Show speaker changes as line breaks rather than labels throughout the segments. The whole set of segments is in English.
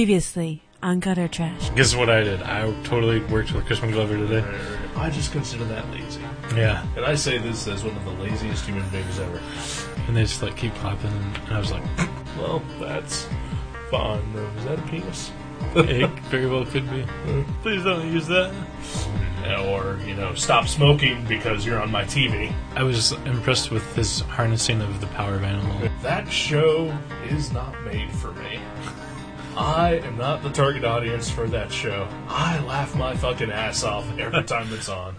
Previously on Gutter Trash.
Guess what I did? I totally worked with Crispin Glover today.
I just consider that lazy.
Yeah.
And I say this as one of the laziest human beings ever.
And they just like keep clapping, and I was like,
Well, that's fun. Is that a penis?
it very well could be. Please don't use that.
Or, you know, stop smoking because you're on my TV.
I was impressed with his harnessing of the power of animal.
That show is not made for me. I am not the target audience for that show. I laugh my fucking ass off every time it's on.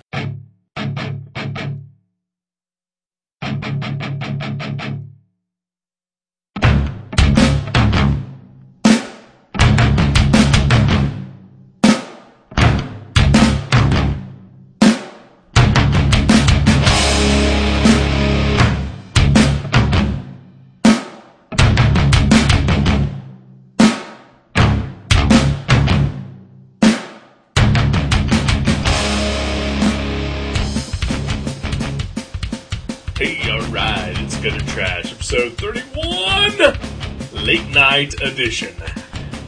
Hey, alright, it's Gutter Trash, episode 31! Late night edition.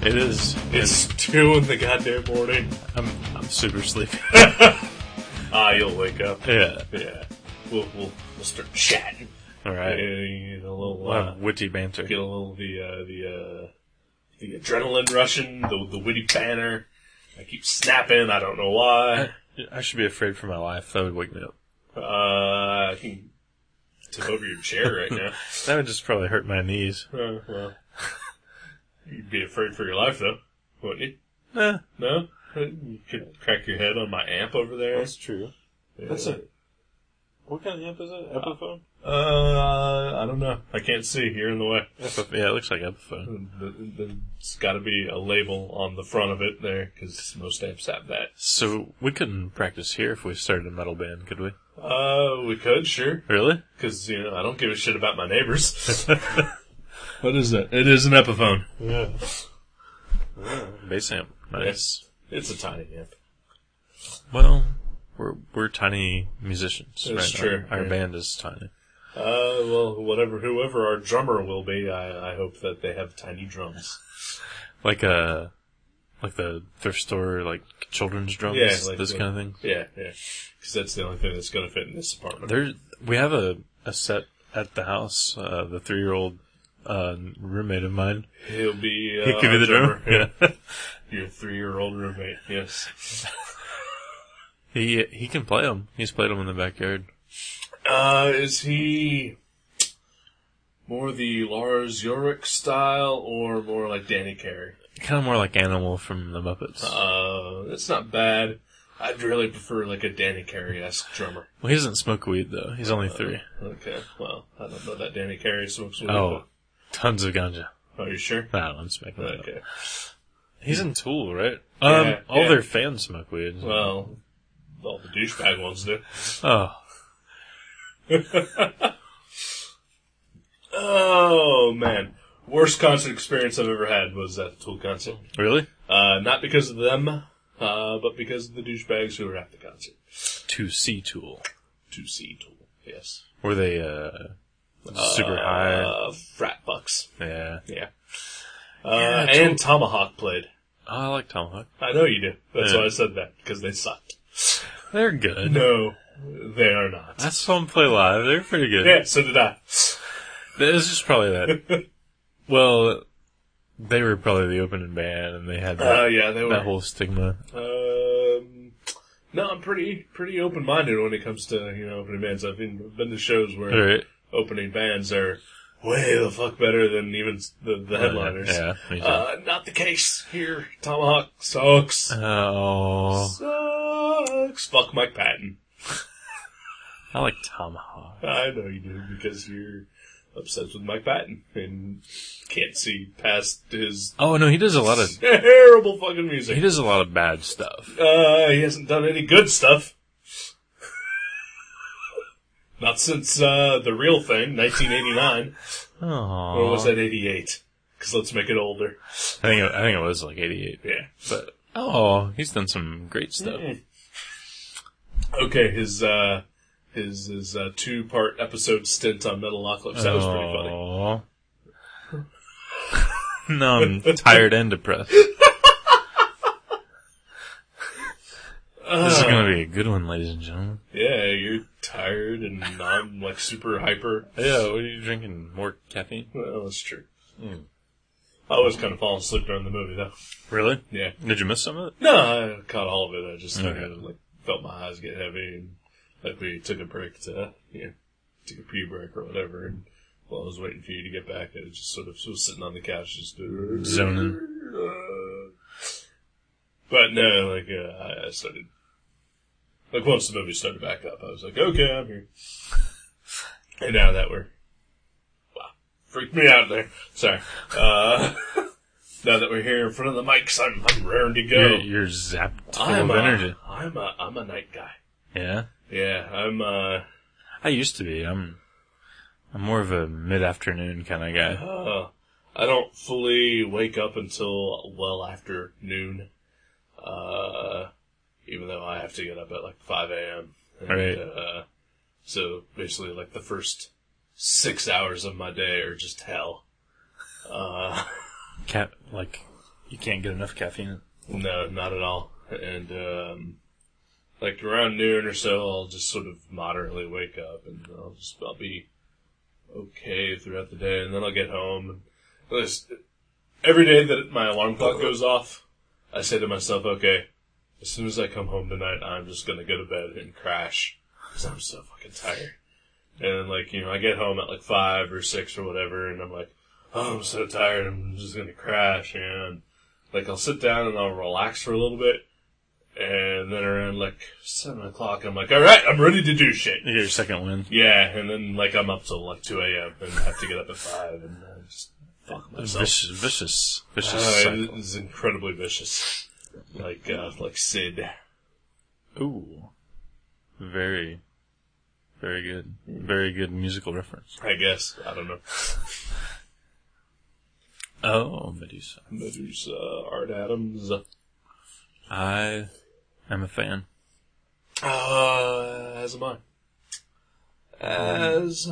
It is.
It's 2 in the goddamn morning.
I'm, I'm super sleepy.
Ah, you'll wake up.
yeah.
Yeah. We'll, we'll, we'll start chatting.
All
Yeah,
right.
you get a little,
Wow,
uh,
witty banter.
get a little the, uh, the, uh, the adrenaline rushing, the, the witty banner. I keep snapping, I don't know why.
I should be afraid for my life. That would wake me up.
Uh, I can tip over your chair right now.
That would just probably hurt my knees.
Uh, well, you'd be afraid for your life though, wouldn't you?
Eh,
No? You could crack your head on my amp over there.
true.
Yeah.
What kind of amp is it? Epiphone?
Uh, I don't know. I can't see. You're in the way.
Uh, yeah, it looks like Epiphone.
Th- There's got to be a label on the front of it there, because most amps have that.
So we couldn't practice here if we started a metal band, could we?
Uh, we could, sure,
Really?
because, you know, I don't give a shit about my neighbors. what is that? It is an Epiphone.
Yeah. Bass amp. Nice.
It's a tiny amp.
Well, we're we're tiny musicians.
That's
right?
true,
Our, our
yeah.
band is tiny.
Uh, well, whatever, whoever our drummer will be, I, I hope that they have tiny drums.
Like uh like the thrift store, like children's drums,
Yeah, like
this
the-
kind of thing.
Yeah, yeah. Because that's the only thing that's going to fit in this apartment.
There, we have a a set at the house. Uh, the three year old uh, roommate of mine.
He'll be, uh,
He could be
our
the drummer. Yeah.
Your three-year-old roommate, yes.
he he can play them. He's played them in the backyard.
Uh, is he more the Lars Ulrich style or more like Danny Carey?
Kind of more like Animal from the Muppets.
Uh, that's not bad. I'd really prefer like a Danny Carey-esque drummer.
well, he doesn't smoke weed though. He's
uh,
only three.
Okay, well, I don't know that Danny Carey smokes weed.
Oh, tons of ganja.
but- Are you sure?
Nah, I'm just making that up.
Okay.
He's in Tool, right?
Yeah,
um, all
yeah.
their fans smoke weed.
Well, all the douchebag ones do.
oh,
Oh, man. Worst concert experience I've ever had was at the Tool concert.
really?
Uh, not because of them, uh, but because of the douchebags who were at the concert.
To see Tool.
To see Tool, yes.
Were they uh, super high?
Uh, frat bucks.
Yeah.
Yeah.
Yeah,
Uh,
Tool-
and Tomahawk played.
Oh, I like Tomahawk.
I know you do. That's
Yeah.
why I said that, because they sucked.
They're good.
No, they are not.
I saw them play live. They're pretty good.
Yeah, so did I.
It's just probably that. well, they were probably the opening band, and they had that,
Uh, yeah, they
that
were.
whole stigma.
Um, no, I'm pretty pretty open minded when it comes to you know opening bands. I've been been to shows where
All right.
opening bands are way the fuck better than even s- the, the headliners.
Yeah. Me too.
Uh, not the case here. Tomahawk sucks.
oh,
Sucks. Fuck Mike Patton.
I like Tomahawk.
I know you do because you're obsessed with Mike Patton and can't see past his
Oh no, he does a lot of
terrible fucking
he
music.
does a lot of bad stuff.
Uh, he hasn't done any good stuff. Not since uh, the real thing, 1989,
Oh,
or was that 88? Because let's make it older.
I think it, I think it was like '88.
Yeah.
But oh, he's done some great stuff.
Mm. Okay, his uh, his his uh, two part episode stint on Metalocalypse that was pretty funny.
Aw. No, I'm tired and depressed. this is gonna be a good one, ladies and gentlemen.
Yeah, you're tired and I'm like super hyper.
Yeah, what are you drinking? More caffeine?
Well, that's true. I was kind of falling asleep during the movie though.
Really?
Yeah.
Did you miss some of it?
No, I caught all of it. I just
Okay.
kinda, like felt my eyes get heavy and like we took a break to you know, took a pee break or whatever and while I was waiting for you to get back I just sort of was sitting on the couch just
Zoning.
But no, like uh, I- I started like once the movie started back up, I was like, Okay, I'm here. And now that we're wow, freaked me out there. Sorry. Uh Now that we're here in front of the mics, I'm, I'm raring to go.
You're, you're zapped full
I'm
of energy.
A, I'm a I'm a night guy.
Yeah.
Yeah, I'm uh
I used to be. I'm. I'm more of a mid-afternoon kind of guy.
uh I don't fully wake up until well after noon. Uh even though I have to get up at like five AM. And,
Right.
Uh so basically like the first six hours of my day are just hell. Uh,
Cat like you can't get enough caffeine.
No, not at all. And um like around noon or so, I'll just sort of moderately wake up, and I'll just I'll be okay throughout the day, and then I'll get home. And there's- every day that my alarm clock goes off, I say to myself, "Okay, as soon as I come home tonight, I'm just gonna go to bed and crash because I'm so fucking tired." And then, like you know, I get home at like five or six or whatever, and I'm like, "Oh, I'm so tired. I'm just gonna crash." And like I'll sit down and I'll relax for a little bit. And then around like seven o'clock, I'm like, all right, I'm ready to do shit.
You get your second win.
Yeah, and then like I'm up till like two a.m. and have to get up at five, and I just fuck myself.
Vicious, vicious, vicious
Uh,
cycle.
it is incredibly vicious, like uh, like Sid.
Ooh. Very, very good. Very good musical reference.
I guess I don't know.
Oh, Medusa.
Medusa, uh, Art Adams.
I am a fan.
Uh, as am I. As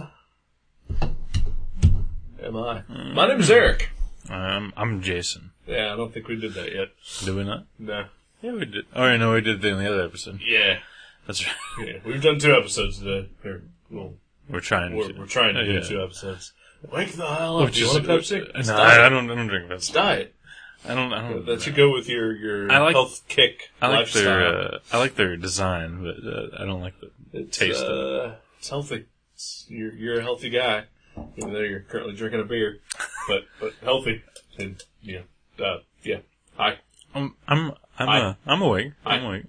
am I. My
Mm.
name's Eric.
Um, I'm Jason.
Yeah, I don't think we did that yet.
Do we not?
No.
Yeah, we did. Oh, no, we did it in the other episode.
Yeah.
That's right.
Yeah, we've done two episodes today. Or, well,
We're trying
we're,
to.
we're trying to do
Yeah. Oh,
two episodes. Wake the hell up!
Which
Do you
is-
want a Pepsi? It's
No,
diet.
I, I don't. I don't drink
It's
Pepsi.
diet.
I don't. I don't.
That should go with your your
I like-
health kick
I like
lifestyle.
their. Uh, I like their design, but uh, I don't like the
it's,
taste. of it.
Uh, it's healthy. It's, you're you're a healthy guy, even though you're currently drinking a beer, but but healthy and yeah uh, yeah. Hi.
I'm. I'm. I'm.
I-
uh, I'm awake. I'm
I-
awake.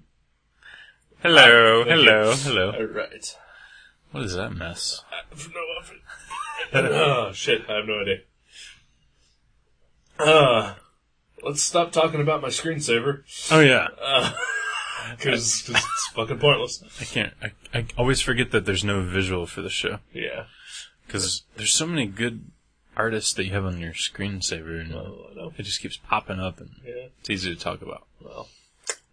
Hello.
Thank you.
hello. Hello.
All right.
What is that mess?
no oh shit! I have no idea. Uh, let's stop talking about my screensaver.
Oh yeah.
because it's fucking pointless.
I can't. I, I always forget that there's no visual for the show
Yeah.
because there's so many good artists that you have on your screensaver, and
Oh, I know.
it just keeps popping up, and
Yeah.
it's easy to talk about.
Well,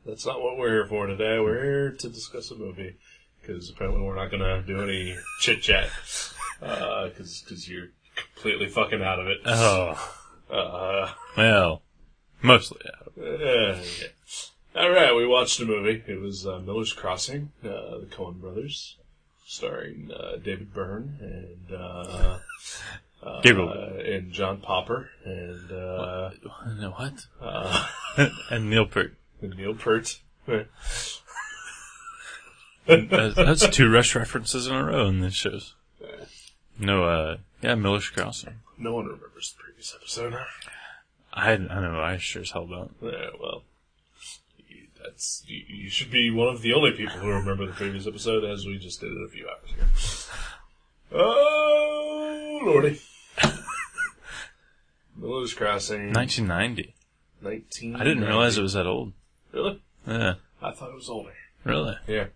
that's not what we're here for today. We're here to discuss a movie because apparently we're not gonna do any chit chat because because you're completely fucking out of it.
Oh
Uh,
well, mostly. Yeah.
yeah. All right, we watched a movie. It was uh, Miller's Crossing, uh, the Coen Brothers, starring uh, David Byrne and uh,
Gabriel.
uh, and John Popper and. Uh,
No, what? and Neil Peart.
And Neil Peart.
That's, that's two Rush references in a row in these shows. No, uh, yeah, Miller's Crossing.
No one remembers the previous episode.
I, I know, I sure as hell don't.
Yeah, well, you- that's you, you should be one of the only people who remember the previous episode, as we just did it a few hours ago. Oh lordy, Miller's Crossing,
1990.
nineteen.
I didn't realize it was that old.
Really,
Yeah,
I thought it was older.
really.
Yeah,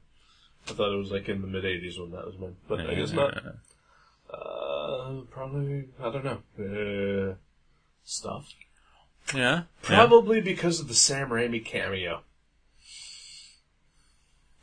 I thought it was like in the mid '80s when that was made, but I guess not.
Yeah.
Uh, probably I don't know. Uh, stuff.
Yeah.
Probably because of the Sam Raimi cameo.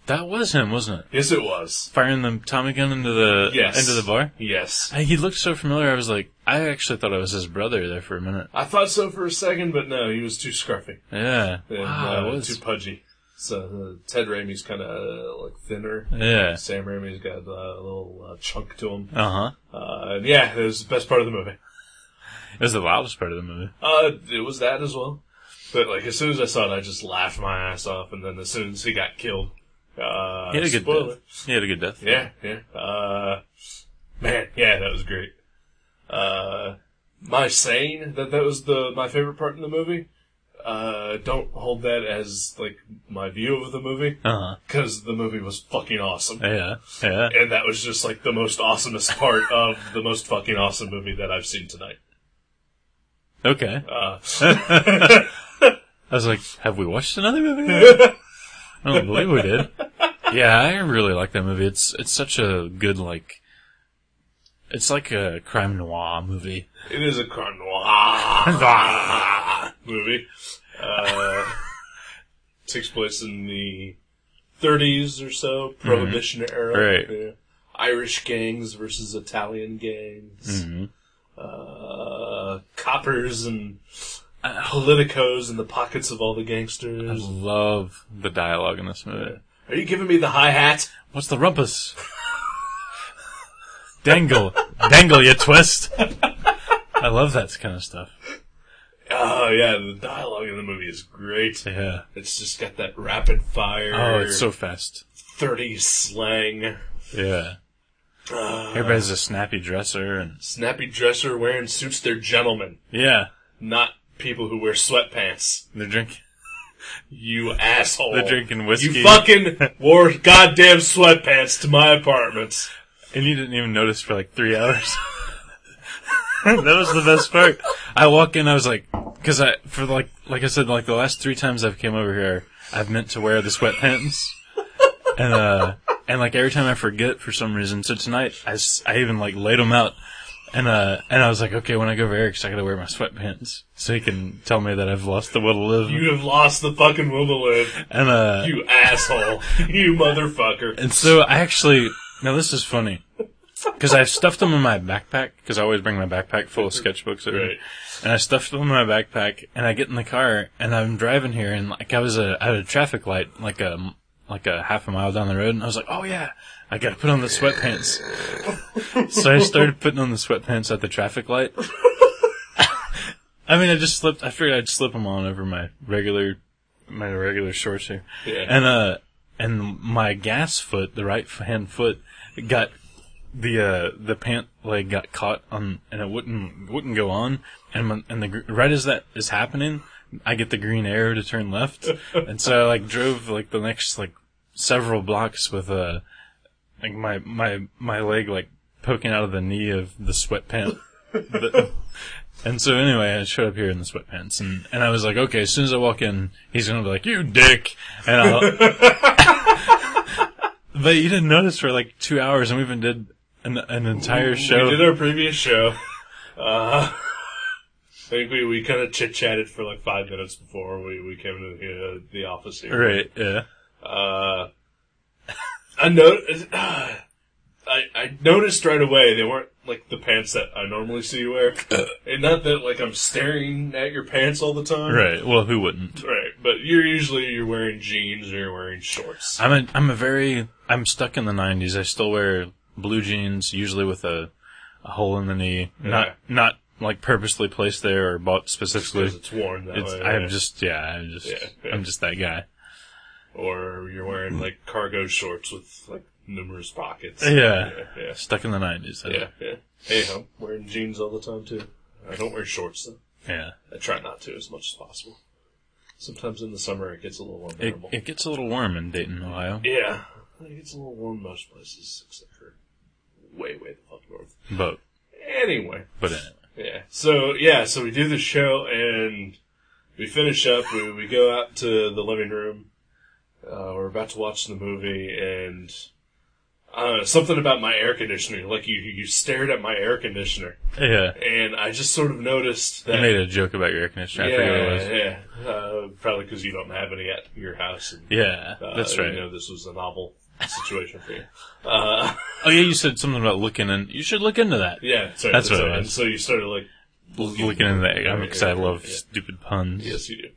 That was him, wasn't it?
Yes, it was.
Firing the Tommy gun into the
Yes.
into the bar.
Yes.
Hey, He looked so familiar. I was like, I actually thought it was his brother there for a minute.
I thought so for a second, but no, he was too scruffy
Yeah.
and
wow,
uh,
it was.
too pudgy. So uh, Ted Raimi's kind of uh, like thinner.
yeah.
Sam Raimi's got uh, a little uh, chunk to him.
Uh huh.
Uh, and yeah, it was the best part of the movie.
It was the wildest part of the movie.
Uh, it was that as well. But like, as soon as I saw it, I just laughed my ass off. And then as soon as he got killed, uh,
He had a good
spoiler.
death. He had a good death.
Yeah, yeah. Uh, man, yeah, that was great. Uh, my saying that that was the my favorite part in the movie. Uh, don't hold that as like my view of the movie
Uh huh.
because the movie was fucking awesome,
Yeah. Yeah.
and that was just like the most awesomest part of the most fucking awesome movie that I've seen tonight.
Okay.
Uh,
I was like, have we watched another movie? yet? I don't believe we did. Yeah, I really like that movie. It's it's such a good like. It's like a crime noir movie.
it is a crime noir movie. Uh, takes place in the 30s or so, Prohibition era.
Mm-hmm. Right.
Yeah. Irish gangs versus Italian gangs.
Mm-hmm.
Uh, coppers and uh, politicos in the pockets of all the
I
gangsters.
love the dialogue in this movie.
Are you giving me the hi hat?
What's the rumpus? dangle, dangle, you twist. I love that kind of stuff.
Oh yeah, the dialogue in the movie is great.
Yeah.
It's just got that rapid fire,
Oh, it's so fast.
30s slang.
Yeah. Everybody's a snappy dresser and
snappy dresser wearing suits. They're gentlemen,
yeah,
not people who wear sweatpants.
they're drinking.
You asshole.
They're drinking whiskey.
You fucking wore goddamn sweatpants to my apartment.
And you didn't even notice for like three hours. that was the best part. I walk in, I was like, because I for like like I said, like the last three times I've came over here, I've meant to wear the sweatpants, and uh, and like every time I forget for some reason. So tonight, I, s- I even like laid them out, and uh, and I was like, okay, when I go over Eric's, I gotta wear my sweatpants so he can tell me that I've lost the will to live,
You have lost the fucking will to live.
and uh,
You asshole. You motherfucker.
And so I actually, now this is funny. Because I stuffed them in my backpack, because I always bring my backpack full of sketchbooks. Over,
Right.
And I stuffed them in my backpack, and I get in the car, and I'm driving here, and like I was a, at a traffic light, like a, like a half a mile down the road, and I was like, oh yeah, I gotta put on the sweatpants. so I started putting on the sweatpants at the traffic light. I mean, I just slipped, I figured I'd slip them on over my regular, my regular shorts here.
Yeah.
And uh, and my gas foot, the right hand foot, got the uh the pant leg got caught on, and it wouldn't wouldn't go on. And when- and the gr- right as that is happening, I get the green arrow to turn left, and so I like drove like the next like several blocks with uh like my my my leg like poking out of the knee of the sweatpant. The- and so anyway, I showed up here in the sweatpants, and, and I was like, okay, as soon as I walk in, he's gonna be like, you dick, and I'll. but you didn't notice for like two hours, and we even did an an entire show.
We did our previous show. Uh, I think we, we kind of chit chatted for like five minutes before we, we came to the, uh, the office here.
right? Yeah.
Uh, I noticed. I I noticed right away they weren't like the pants that I normally see you wear, and not that like I'm staring at your pants all the time.
Right. Well, who wouldn't?
Right. But you're usually you're wearing jeans or you're wearing shorts.
I'm a I'm a very I'm stuck in the '90s. I still wear blue jeans, usually with a a hole in the knee,
Yeah.
not not like purposely placed there or bought specifically.
Because it's worn that
It's,
way.
I'm just yeah, I'm just
Yeah, yeah.
I'm just that guy.
or you're wearing like cargo shorts with like numerous pockets.
Mm. Yeah.
Yeah.
Stuck in the nineties.
Yeah. yeah. Hey, I'm wearing jeans all the time too. I don't wear shorts though.
Yeah.
I try not to as much as possible. Sometimes in the summer it gets a little
It,
unbearable.
it gets a little warm in Dayton, Ohio,
Yeah. I think it's a little warm most places, except for way, way the fuck north.
but
Anyway.
but anyway.
Yeah. So, yeah, so we do the show and we finish up. We, we go out to the living room. Uh, we're about to watch the movie and uh, something about my air conditioner. Like, you, you stared at my air conditioner.
yeah.
And I just sort of noticed that.
You made a joke about your air conditioner. I forget what it
yeah,
was.
yeah. Uh, uh, probably because you don't have any at your house. And,
Yeah,
uh,
that's right.
You know, this was a novel situation for you. Uh,
Oh yeah, you said something about looking and you should look into that.
yeah, sorry,
That's
so,
what it
and
is.
so you started like
Looking into that, I'm because I love
Yeah.
stupid puns.
Yes, you do.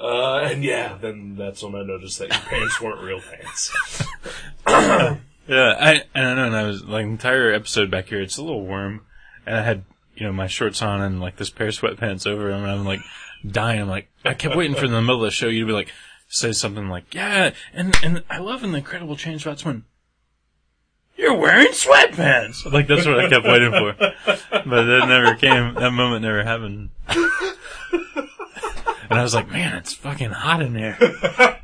Uh, and yeah, then that's when I noticed that your pants weren't real pants.
Yeah, I I don't know. And I was like the entire episode back here. It's a little warm, and I had you know my shorts on and like this pair of sweatpants over them, and I'm like dying. I'm like I kept waiting for in the middle of the show you to be like say something like yeah, and and I love in the Incredible Change That's when you're wearing sweatpants. Like that's what I kept waiting for, but that never came. That moment never happened. And I was like, man, it's fucking hot in here.
Uh,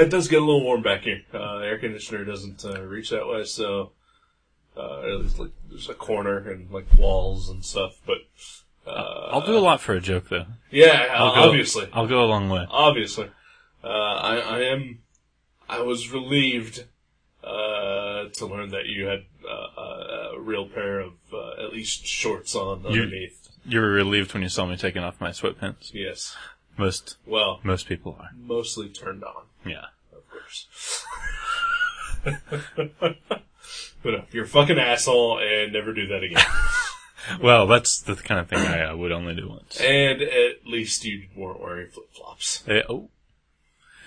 it does get a little warm back here. Uh, the air conditioner doesn't uh, reach that way, so uh, there's like there's a corner and like walls and stuff. But uh,
I'll do a lot for a joke though.
yeah, uh,
I'll go-
obviously,
I'll go a long way.
obviously, uh, I, I am. I was relieved uh, to learn that you had uh, a a real pair of uh, at least shorts on
You-
underneath.
You were relieved when you saw me taking off my sweatpants.
Yes.
Most
Well,
most people are.
mostly turned on.
Yeah.
of course. but uh, you're a fucking asshole and never do that again.
Well, that's the kind of thing I uh, would only do once.
and at least you weren't wearing flip flops.
Eh, oh,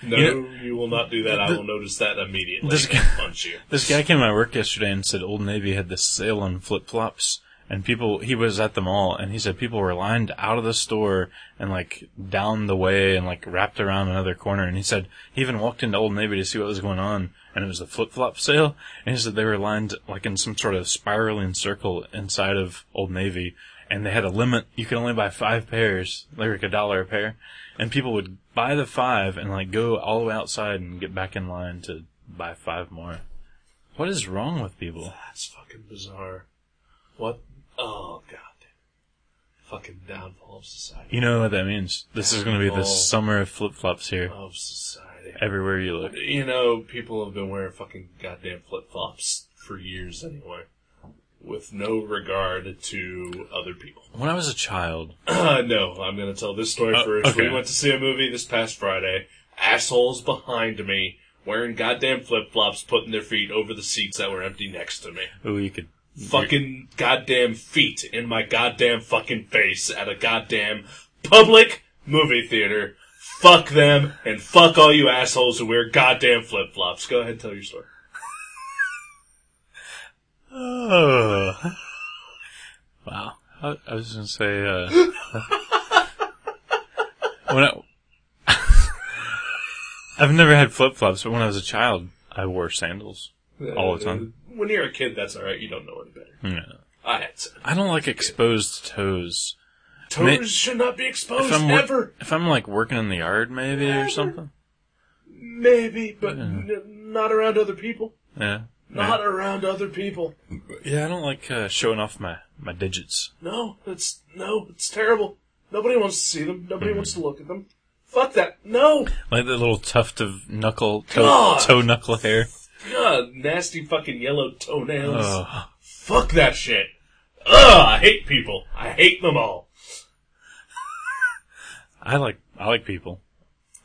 No,
You
you, will not do that. I will notice that immediately.
This-
and punch you.
this guy came to my work yesterday and said Old Navy had this sale on flip flops, and people. He was at the mall, and he said people were lined out of the store and like down the way and like wrapped around another corner. And he said he even walked into Old Navy to see what was going on, and it was a flip flop sale. And he said they were lined like in some sort of spiraling circle inside of Old Navy. and they had a limit. You could only buy five pairs. They were like a dollar a pair. And people would buy the five and like go all the way outside and get back in line to buy five more. What is wrong with people?
That's fucking bizarre. What? Oh god. Fucking downfall of society.
You know what that means. This is going to be the
Oh.
summer of flip flops here.
Of society.
Everywhere you look.
You know, people have been wearing fucking goddamn flip flops for years anyway, with no regard to other people.
When I was a child,
Uh, no, I'm going to tell this story
Uh,
first.
okay.
We went to see a movie this past Friday. Assholes behind me wearing goddamn flip flops, putting their feet over the seats that were empty next to me.
oh, you could.
Fucking goddamn feet in my goddamn fucking face at a goddamn public movie theater. Fuck them and fuck all you assholes who wear goddamn flip flops. Go ahead and tell your story.
Oh. Wow. I, I was going to say, uh. when I. I've never had flip flops, but when I was a child, I wore sandals. All the time.
Uh, When you're a kid, that's alright. You don't know any better.
Yeah.
I had to.
I don't like exposed toes.
Toes should not be exposed
If I'm wor-
ever.
if I'm like working in the yard maybe or
Never.
something.
Maybe, but n- not around other people.
Yeah.
Not around other people.
Yeah, I don't like uh, showing off my my digits.
No, it's no, it's terrible. Nobody wants to see them. Nobody
Mm-hmm.
wants to look at them. Fuck that. No.
Like that little tuft of knuckle toe,
God.
toe knuckle hair.
God, nasty fucking yellow toenails.
Oh,
Fuck that shit. Ugh, I hate people. I hate them all.
I like I like people.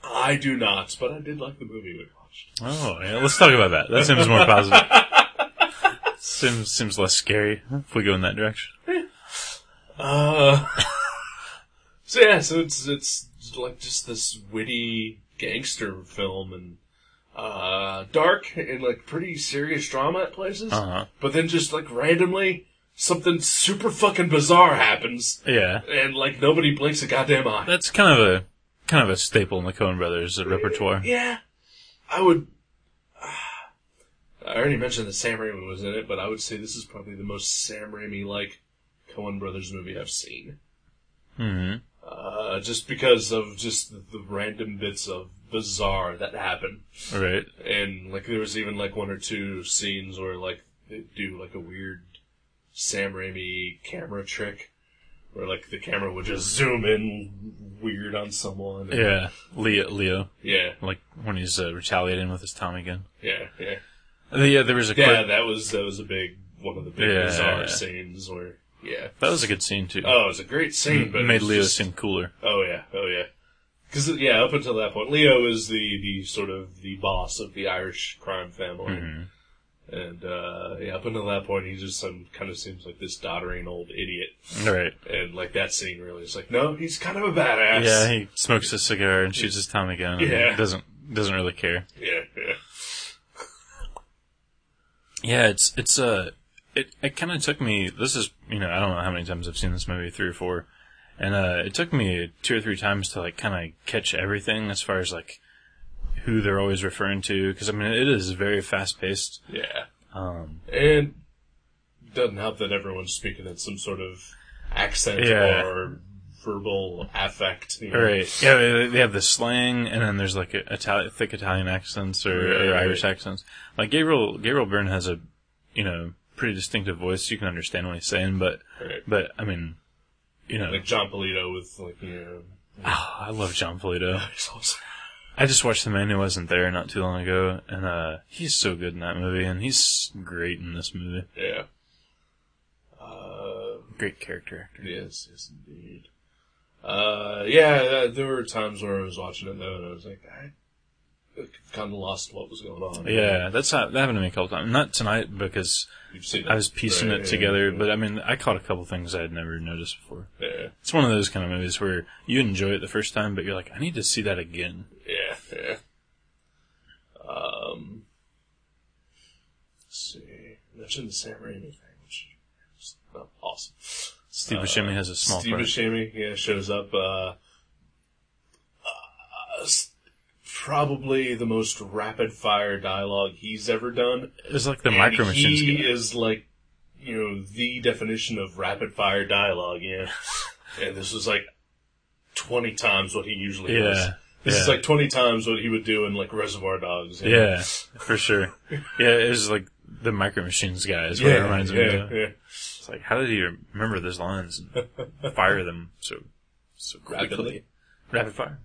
I do not, but I did like the movie we watched.
Oh, yeah, let's talk about that. That seems more positive. seems seems less scary if we go in that direction.
Uh. so yeah, so it's it's like just this witty gangster film and uh dark and like pretty serious drama at places.
Uh-huh.
But then just like randomly something super fucking bizarre happens
Yeah,
and like nobody blinks a goddamn eye.
that's kind of a kind of a staple in the Coen Brothers uh, repertoire.
Yeah, I would. I already mentioned that Sam Raimi was in it, but I would say this is probably the most Sam Raimi like Coen Brothers movie I've seen.
hmm
Uh, just because of just the, the random bits of bizarre that happen,
Right.
and like there was even like one or two scenes where like they do like a weird Sam Raimi camera trick, where like the camera would just zoom in weird on someone. and-
Yeah. Leo. Leo.
yeah,
Like when he's uh, retaliating with his Tommy gun. Uh,
yeah, yeah.
Yeah, there was a
Yeah,
clip-
that was that was a big one of the big
Yeah,
bizarre
yeah.
scenes where yeah.
that was a good scene too.
Oh, it was a great scene, but
it
it
made
was
Leo
just-
seem cooler.
Oh yeah, oh yeah. Because yeah, up until that point, Leo is the the sort of the boss of the Irish crime family,
Mm-hmm.
and uh, yeah, up until that point, he just some kind of seems like this doddering old idiot,
Right.
and like that scene really is like, no, he's kind of a badass.
Yeah, he smokes a cigar and shoots his Tommy gun. And
Yeah.
Doesn't doesn't really care.
yeah, yeah,
Yeah, it's it's uh it it kind of took me. This is you know I don't know how many times I've seen this movie three or four, and uh, it took me two or three times to like kind of catch everything as far as like who they're always referring to because I mean it is very fast paced.
yeah.
Um,
And doesn't help that everyone's speaking in some sort of accent
Yeah.
or verbal affect. You know?
right? Yeah, they- they have the slang, and then there's like Italian, thick Italian accents or, or
Right.
Irish accents. Like Gabriel Gabriel Byrne has a you know pretty distinctive voice. You can understand what he's saying, but
Right.
but I mean you know
Like John Polito with like you know.
oh, I love John Polito.
he's also-
I just watched The Man Who Wasn't There not too long ago, and uh, he's so good in that movie, and he's great in this movie.
Yeah. Uh,
Great character actor.
yes, yes, indeed. Uh, yeah, that, there were times where I was watching it though, and I was like, I kind of lost what was going on.
Yeah, that's how, that happened to me a couple times. Not tonight because
You've seen
I was piecing
Right,
it
yeah,
together,
yeah.
but I mean, I caught a couple things I had never noticed before.
yeah,
It's one of those kind of movies where you enjoy it the first time, but you're like, I need to see that again.
yeah, yeah. Um, let's see. Mention the Sam Raimi thing, which is not awesome.
Steve Buscemi has a small
Uh, Steve
part.
Buscemi, yeah, shows up. Uh, uh, s- probably the most rapid fire dialogue he's ever done.
it's like the
And
Micro Machines
He
guy.
is like, you know, the definition of rapid fire dialogue. Yeah, and this was like twenty times what he usually
Yeah,
does. This is
yeah.
like twenty times what he would do in like Reservoir Dogs. you know?
Yeah, for sure. Yeah, it was like the Micro Machines guy is what it
yeah,
reminds me
yeah,
of.
yeah.
It's like, how did he remember those lines and fire them so so quickly?
Rapidly.
Rapid fire.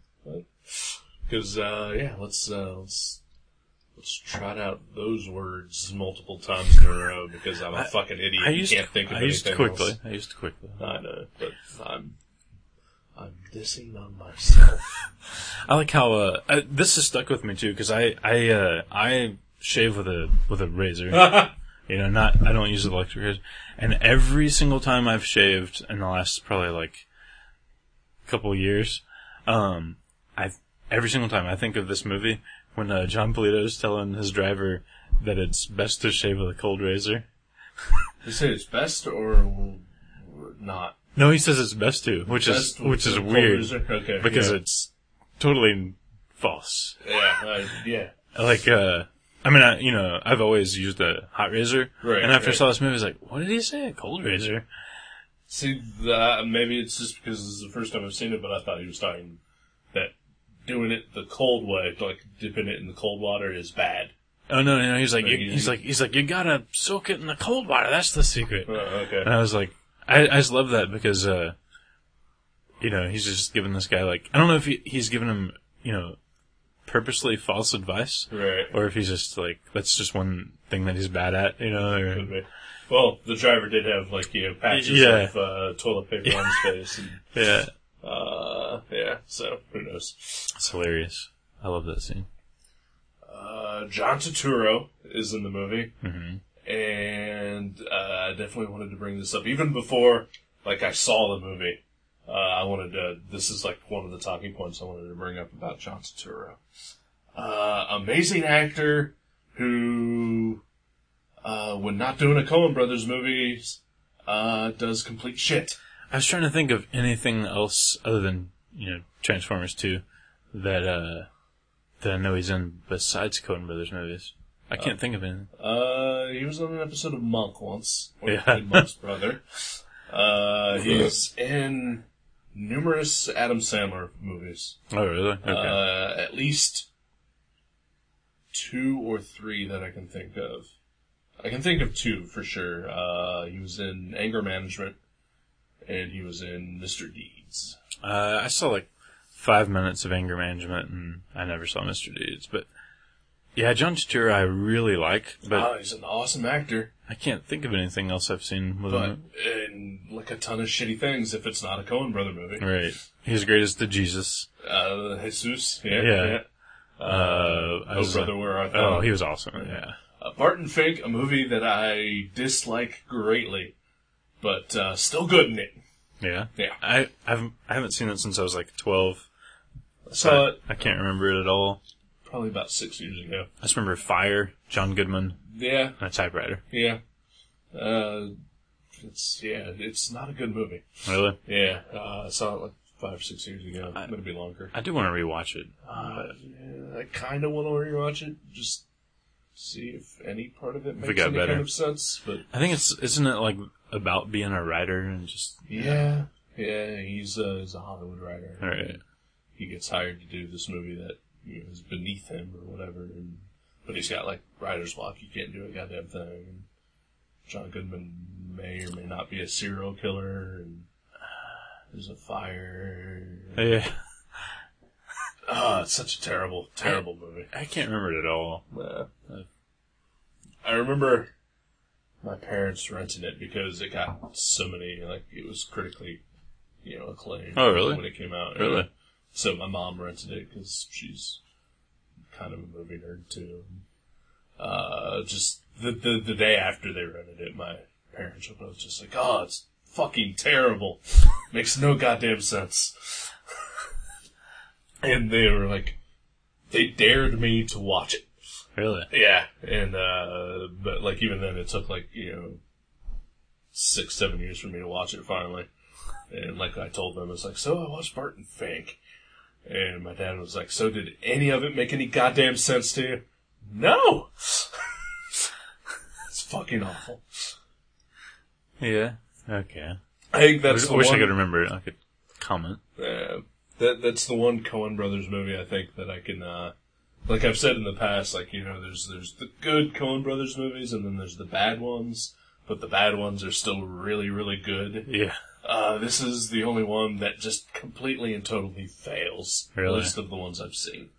Because uh, yeah, let's uh, let's let's trot out those words multiple times in a row because I'm a fucking idiot.
I used
you can't think of
I used
anything
quickly.
else.
I used quickly.
I know, but I'm I'm dissing on myself.
I like how uh, I, this has stuck with me too because I I uh, I shave with a with a razor. you know, not I don't use an electric razor. And every single time I've shaved in the last probably like couple years, um, I every single time I think of this movie when uh, John Polito's telling his driver that it's best to shave with a cold razor.
you say it's best or not?
No, he says it's best to, which is which is weird
Okay,
because
yeah.
it's totally false.
yeah, I- yeah.
like uh I mean, I, you know, I've always used a hot razor,
Right,
and after I
right.
saw this movie, I was like, "What did he say? A cold razor?"
See, the, maybe it's just because this is the first time I've seen it, but I thought he was talking that doing it the cold way, like dipping it in the cold water, is bad.
Oh no, no, he's like, you,
you-
he's like, he's like, you gotta soak it in the cold water. That's the secret.
Uh, okay.
And I was like, I, I just love that because, uh, you know, he's just giving this guy like, I don't know if he, he's giving him, you know, purposely false advice,
Right.
or if he's just like, that's just one thing that he's bad at, you know. Or,
Could be. Well, the driver did have like you know patches
Yeah.
of uh, toilet paper on his face, and
yeah,
uh, yeah. So who knows?
it's hilarious. I love that scene.
Uh, John Turturro is in the movie, and uh, I definitely wanted to bring this up even before like I saw the movie. Uh, I wanted to. This is like one of the talking points I wanted to bring up about John Turturro. Uh, amazing actor who, uh, when not doing a Coen Brothers movie, uh, does complete shit.
I was trying to think of anything else other than you know Transformers Two that uh that I know he's in besides Coen Brothers movies. I can't think of anything.
Uh, he was on an episode of Monk once. Or
Yeah.
played Monk's brother. Uh, he's in numerous Adam Sandler movies.
Oh really? Okay.
Uh, at least two or three that I can think of. I can think of two for sure. Uh, he was in Anger Management, and he was in Mr. Deeds.
Uh, I saw like five minutes of Anger Management, and I never saw Mr. Deeds, but Yeah, John Turturro I really like, but
oh, he's an awesome actor,
I can't think of anything else I've seen with
but
him.
in like a ton of shitty things if it's not a Coen brother movie.
Mm-hmm. Right. He's great as the Jesus.
Uh, Jesus, yeah,
Yeah.
yeah.
Uh, I
Oh,
was-
brother, where art thou?
Oh, he was awesome. Yeah.
Uh, Barton Fink, a movie that I dislike greatly, but uh, still good in it.
Yeah.
Yeah.
I I've I haven't seen it since I was like twelve.
Saw it
I can't remember it at all.
probably about six years ago.
I just remember Fire, John Goodman,
Yeah,
and a typewriter.
yeah. Uh, it's yeah, it's not a good movie.
Really?
Yeah, uh, I saw it like five, six years ago. It's gonna be longer.
I do want to rewatch it.
Uh, yeah, I kind of want to rewatch it, just see if any part of it makes
it got
any
better.
kind of sense. But
I think it's isn't it like about being a writer and just
yeah, yeah, he's uh, he's a Hollywood writer.
all right.
he gets hired to do this movie that you know, is beneath him or whatever. And, but he's got like writer's block; you can't do a goddamn thing. And John Goodman may or may not be a serial killer. And there's a fire.
Yeah.
Ah, it's such a terrible, terrible movie.
I can't remember it at all.
Yeah. I remember my parents renting it because it got so many like it was critically, you know, acclaimed.
Oh, really?
When it came out,
Really?
Yeah. So my mom rented it because she's kind of a movie nerd too. Uh, just the, the the day after they rented it, my parents were both just like, "Oh, it's fucking terrible. Makes no goddamn sense." and they were like, they dared me to watch it.
Really?
Yeah, and uh, but like even then, it took like you know six, seven years for me to watch it finally. And like I told them, it's like so I watched Barton Fink, and my dad was like, so did any of it make any goddamn sense to you? No, it's fucking awful.
Yeah. Okay.
I think
I
that's
wish
the
I wish
one,
I could remember it. I could comment.
uh, that that's the one Coen Brothers movie I think that I can. Uh, like I've said in the past, like you know, there's there's the good Coen Brothers movies, and then there's the bad ones. But the bad ones are still really, really good.
Yeah.
Uh, this is the only one that just completely and totally fails. At
Really?
least of the ones I've seen.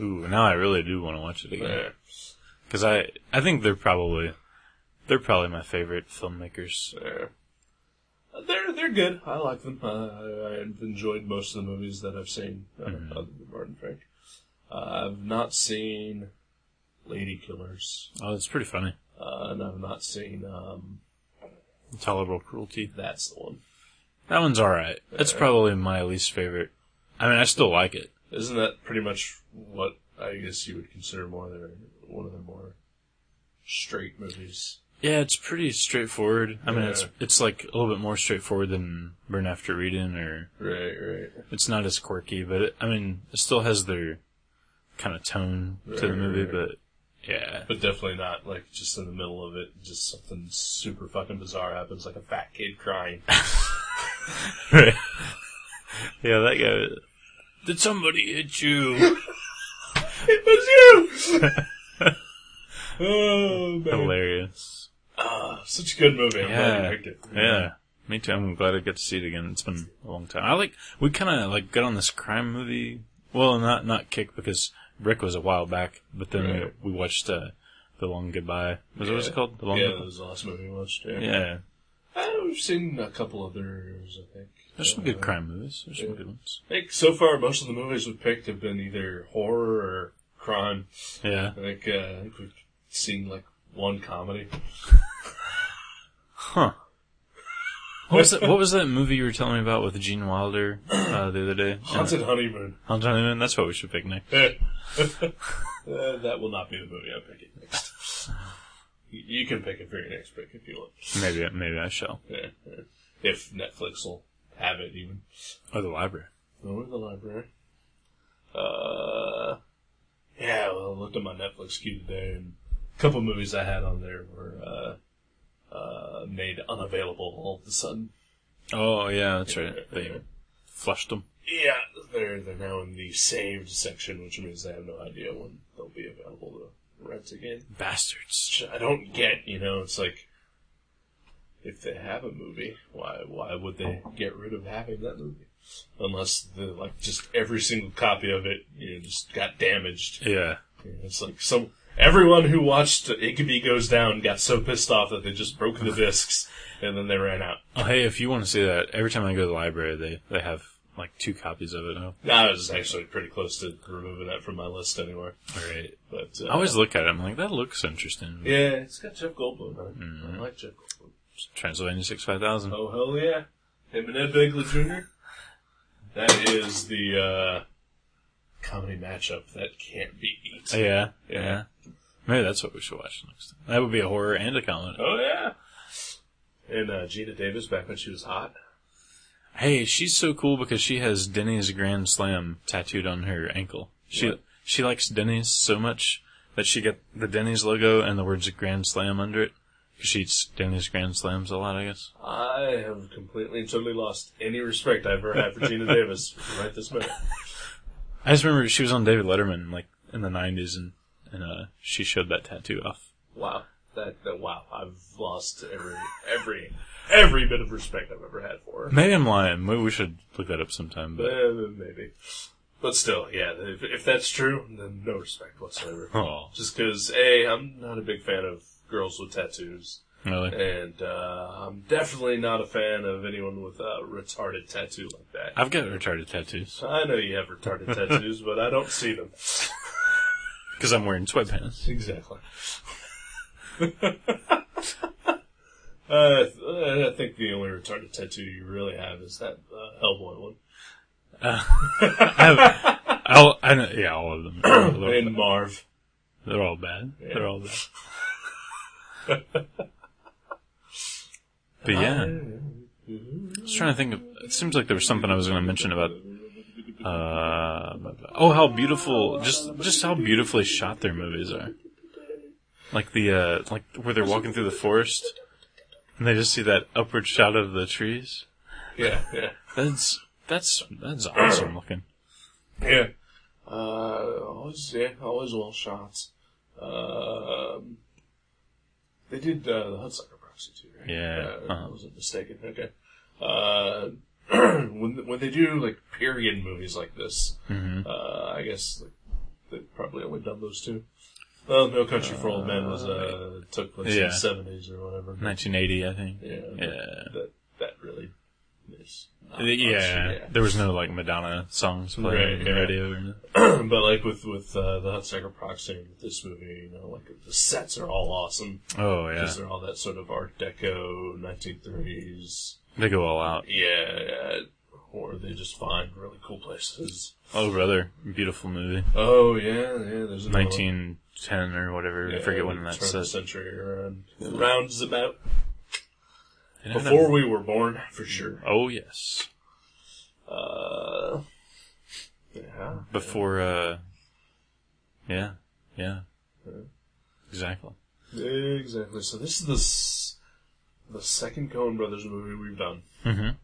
Ooh, now I really do want to watch it again.
Yeah.
Because I, I think they're probably, they're probably my favorite filmmakers.
Yeah. Uh, They're they're good. I like them. Uh, I- I've enjoyed most of the movies that I've seen uh, other than Martin Frank. Uh, I've not seen Lady Killers,
Oh, it's pretty funny.
uh, and I've not seen um,
Intolerable Cruelty.
that's the one.
That one's alright. That's probably my least favorite. I mean, I still like it.
Isn't that pretty much what I guess you would consider more their one of their more straight movies?
Yeah, it's pretty straightforward. I mean, it's
Yeah.
it's like a little bit more straightforward than Burn After Reading, or
Right, right.
it's not as quirky, but it, I mean, it still has their kind of tone to the
Right,
movie.
right.
But yeah,
But definitely not like just in the middle of it, just something super fucking bizarre happens, like a fat kid crying.
Right. yeah, that guy. Did somebody hit you?
It was you. oh man, Ah,
Hilarious.
such a good movie. I'm glad
Yeah.
you picked it.
Yeah. Me too. I'm glad I get to see it again. It's been a long time. I like we kind of like got on this crime movie. Well, not not kick because Brick was a while back, but then
Right.
we, we watched uh, the Long Goodbye. Was it what was it
Yeah.
called? The Long
yeah, that
Goodbye.
was the last movie we watched. Yeah.
Yeah.
Uh, we've seen a couple others, I think.
There's some
Uh,
good crime movies. There's some
Yeah.
good ones.
I think so far most of the movies we've picked have been either horror or crime.
Yeah.
I think, uh, I think we've seen like one comedy.
Huh. What was, that, what was that movie you were telling me about with Gene Wilder uh, the other day?
Haunted Honeymoon.
Haunted Honeymoon? That's what we should pick next.
Uh, that will not be the movie I'm picking next. You- You can pick it for your next pick if you want.
Maybe maybe I shall.
Yeah, yeah. If Netflix will have it, even. Oh,
Or the library.
Go to the library. Uh, yeah, well, I looked at my Netflix queue today, and a couple movies I had on there were uh, uh, made unavailable all of a sudden.
Oh yeah, that's right. They flushed them.
Yeah, they're they're now in the saved section, which means I have no idea when they'll be available to rent again.
Bastards.
which I don't get. You know, it's like if they have a movie, why why would they get rid of having that movie? Unless the like just every single copy of it, you know, just got damaged
Yeah.
It's like some everyone who watched Igby Goes Down got so pissed off that they just broke the discs and then they ran out.
Oh, hey, if you want to see that, every time I go to the library, they, they have like two copies of it Oh, now.
I was actually pretty close to removing that from my list anywhere.
Right.
But uh,
I always look at it. I'm like, that looks interesting.
yeah, it's got Jeff Goldblum. on it. I like Jeff Goldblum.
Transylvania 65000.
Oh hell yeah! Him and Ed Begley Jr. That is the uh, comedy matchup that can't be beat.
Yeah, yeah. Maybe that's what we should watch next. Time. That would be a horror and a comedy.
Oh yeah. And uh, Gina Davis back when she was hot.
Hey, she's so cool because she has Denny's Grand Slam tattooed on her ankle. She
What?
she likes Denny's so much that she got the Denny's logo and the words Grand Slam under it. 'Cause She eats Denny's Grand Slams a lot, I guess.
I have completely and totally lost any respect I've ever had for Gina Davis right this minute.
I just remember she was on David Letterman like in the '90s, and and uh, she showed that tattoo off.
Wow. That, that wow, I've lost every every every bit of respect I've ever had for her.
Maybe I'm lying. Maybe we should look that up sometime. But
Eh, maybe. But still, yeah, if, if that's true, then no respect whatsoever.
oh,
Just because, A, I'm not a big fan of girls with tattoos,
really,
and uh, I'm definitely not a fan of anyone with a retarded tattoo like that.
I've got retarded tattoos
I know you have retarded tattoos, but I don't see them.
because I'm wearing sweatpants.
Exactly. uh, I think the only retarded tattoo you really have is that uh, Hellboy one.
I have, I'll, I know, yeah, all of them. They're all-
And Marv.
They're all bad. They're all bad. but yeah, I was trying to think of. It seems like there was something I was going to mention about. Uh, oh, how beautiful! Just, just how beautifully shot their movies are. Like the, uh, like where they're walking through the forest, and they just see that upward shot of the trees.
Yeah, yeah.
That's that's that's awesome looking.
Yeah. Uh, always, yeah, always well shots. Um, they did uh, the Hudsucker Proxy too, right?
Yeah,
Uh, I
uh-huh.
wasn't mistaken. Okay. Uh, when when they do like period movies like this,
Mm-hmm.
uh, I guess like, they've probably only done those two. Well, No Country for Old Men was uh, took place in
yeah.
the seventies or whatever.
1980, I think.
Yeah,
Yeah.
That that really is not much,
Yeah, there was no like Madonna songs playing
Oh, Right,
on the
yeah.
radio. Or anything.
but like with with uh, the Hudsucker Proxy with this movie, you know, like the sets are all awesome
Oh yeah,
because they're all that sort of Art Deco 1930s.
they go all out.
Yeah, yeah, or they just find really cool places.
Oh brother, beautiful movie,
Oh yeah, yeah. There's another one.
1910 or whatever. I
Yeah,
forget when
turn
that's
of the century around rounds about before
Before
we were born for sure.
oh yes,
Uh, yeah,
before uh, yeah, yeah, exactly.
exactly. So this is the s- the second Coen Brothers movie we've done.
hmm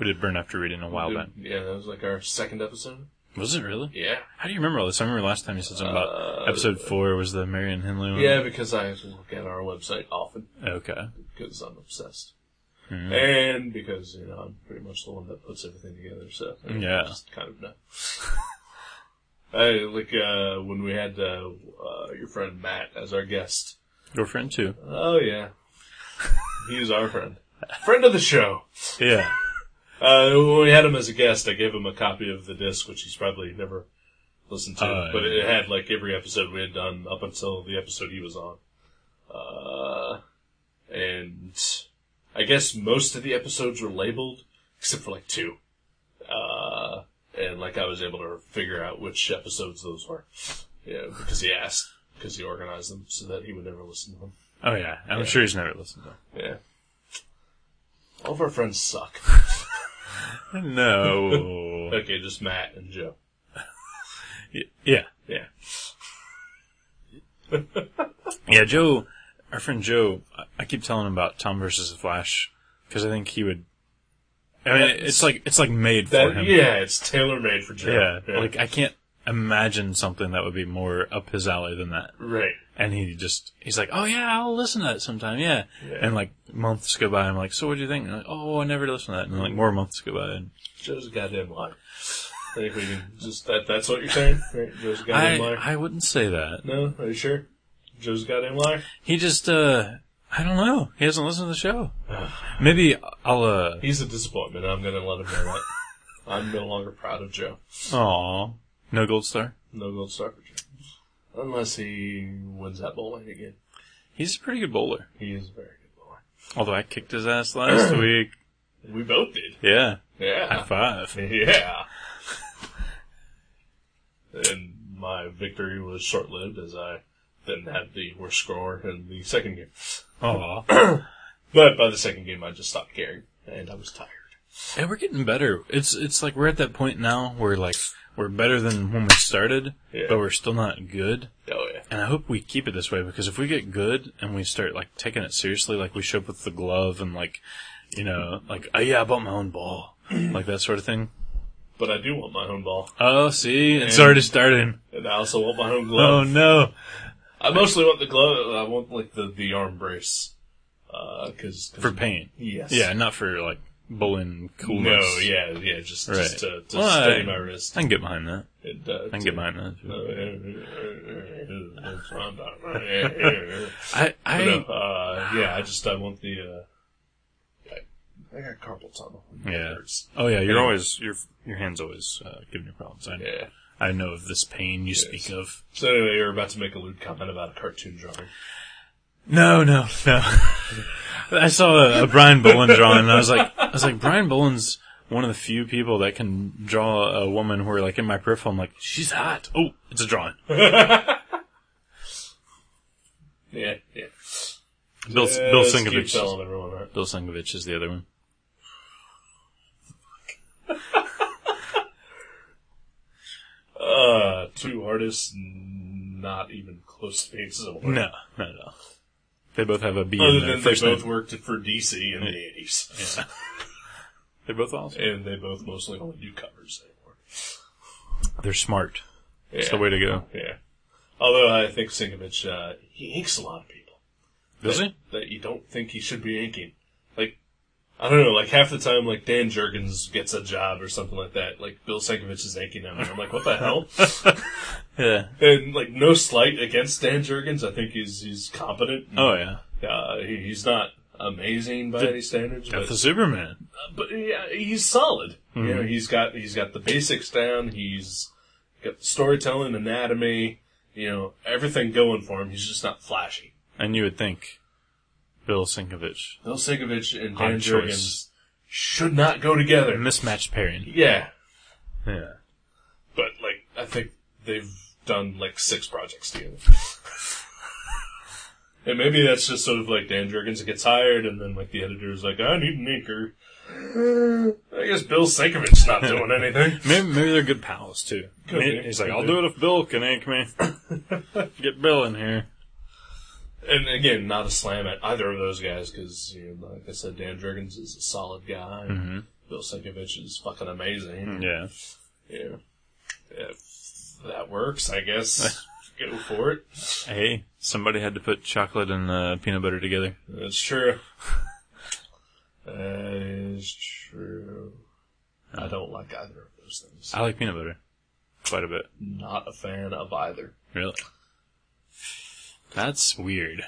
We did burn after reading a while
Dude,
back.
Yeah, that was like our second episode.
Was it really?
Yeah.
How do you remember all this? I remember last time you said something about episode four was the Marion Henley one.
Uh, Yeah, because I look at our website often
Okay.
because I'm obsessed. And because, you know, I'm pretty much the one that puts everything together, so I
Yeah.
just kind of know. I, like, uh, when we had, uh, uh, your friend Matt as our guest.
Girlfriend too.
Oh, yeah. He's our friend. Friend of the show.
Yeah.
Uh, when we had him as a guest, I gave him a copy of the disc, which he's probably never listened to,
Oh,
but
yeah.
it had like every episode we had done up until the episode he was on. Uh, and I guess most of the episodes were labeled, except for like two. Uh, and like I was able to figure out which episodes those were. Yeah, because he asked, because he organized them so that he would never listen to them.
Oh yeah. I'm sure he's never listened to.
Yeah. All of our friends suck.
it. No.
Okay, just Matt and Joe.
yeah.
Yeah.
Yeah, Joe, our friend Joe, I- I keep telling him about Tom versus the Flash because I think he would. I mean, it's like it's like made for
That,
him.
yeah, it's tailor made for Joe.
Yeah, Like I can't imagine something that would be more up his alley than that.
right.
And he just he's like, oh yeah, I'll listen to that sometime. Yeah.
Yeah.
And like months go by, I'm like, so what do you think? And I'm like, oh, I never listened to that. And like more months go by, and
Joe's a goddamn liar. I think we can just that. That's what you're saying, right? Joe's a
I,
goddamn liar.
I wouldn't say that.
no, are you sure? Joe's a goddamn liar.
He just, uh, I don't know. He hasn't listened to the show. Maybe I'll, uh,
He's a disappointment. I'm gonna let him know that. I'm no longer proud of Joe.
aw, no gold star.
No gold star for Joe. Unless he wins that bowl game again.
He's a pretty good bowler.
He is a very good boy.
Although I kicked his ass last week.
We both did.
Yeah. High
Yeah.
five.
Yeah. and my victory was short lived as I then had the worst score in the second game.
Aw.
But by the second game, I just stopped caring, and I was tired.
And we're getting better. It's it's like we're at that point now where like we're better than when we started,
Yeah.
but we're still not good.
Oh yeah.
And I hope we keep it this way because if we get good and we start like taking it seriously, like we show up with the glove and like, you know, like oh yeah, I bought my own ball, like that sort of thing.
But I do want my own ball,
Oh, see, it's already starting.
and I also want my own glove.
Oh no,
I mostly want the glove. I want like the the arm brace, because
for pain.
Yes.
Yeah, not for like bowling coolness.
No. Yeah. Yeah. Just
right.
just to, to
Well, I-
steady my wrist.
I can get behind that.
and, uh,
I can get behind that. I I
no, uh, yeah, I just I want the. Uh, I, I got carpal tunnel. It
Yeah.
hurts.
Oh yeah, you're
Anyway.
always your your hands always uh, giving you problems. I know.
Yeah.
I know of this pain you speak of.
So anyway, you were about to make a lewd comment about a cartoon drawing.
No, no, no. I saw a, a Brian Bolin drawing, and I was like, I was like, Brian Bolin's one of the few people that can draw a woman who are like in my peripheral. I'm like, she's hot. Oh, it's a drawing.
Yeah, yeah.
Bill Bill
Yeah, just Keep
Sinkovich.
telling everyone that.
Bill Sinkovich is the other one.
Uh, two artists not even close to being similar.
No, no, no. They both have a B
Other
in their
than they
first name.
both worked for DC in the eighties,
They're both awesome.
and they both mostly only do covers anymore.
They're smart.
Yeah.
It's the way to go.
Yeah. Although I think Sinkovich, uh, he inks a lot of people
Does he?
that you don't think he should be inking. Like, I don't know, like half the time, like Dan Jurgens gets a job or something like that. Like Bill Sinkovich is inking him, and I'm like, what the hell?
Yeah.
and like, no slight against Dan Jurgens. I think he's he's competent.
Oh yeah.
Uh, he- he's not amazing by any standards,
That's
but,
the Superman.
but yeah, he's solid. You know, he's got he's got the basics down. He's got the storytelling, anatomy, you know, everything going for him. He's just not flashy.
And you would think Bill Sinkovich.
Bill Sinkovich and
Odd
Dan Jurgens
choice.
should not go together.
Mismatched pairing.
Yeah,
Yeah.
but like I think they've done like six projects together. and maybe that's just sort of like Dan Jurgens gets hired, and then like the editor's like, I need an inker. I guess Bill Sinkovich's not doing anything.
Maybe, maybe they're good pals too.
Could be.
He's like,
Could
I'll
be.
do it if Bill can ink me. Get Bill in here.
And again, not a slam at either of those guys because, you know, like I said, Dan Jurgens is a solid guy. and Bill Sinkovich is fucking amazing.
Yeah.
Yeah. If that works, I guess. Go for it.
Hey, somebody had to put chocolate and uh, peanut butter together.
That's true. That is true. I don't like either of those things.
I like peanut butter quite a bit.
Not a fan of either.
Really. That's weird.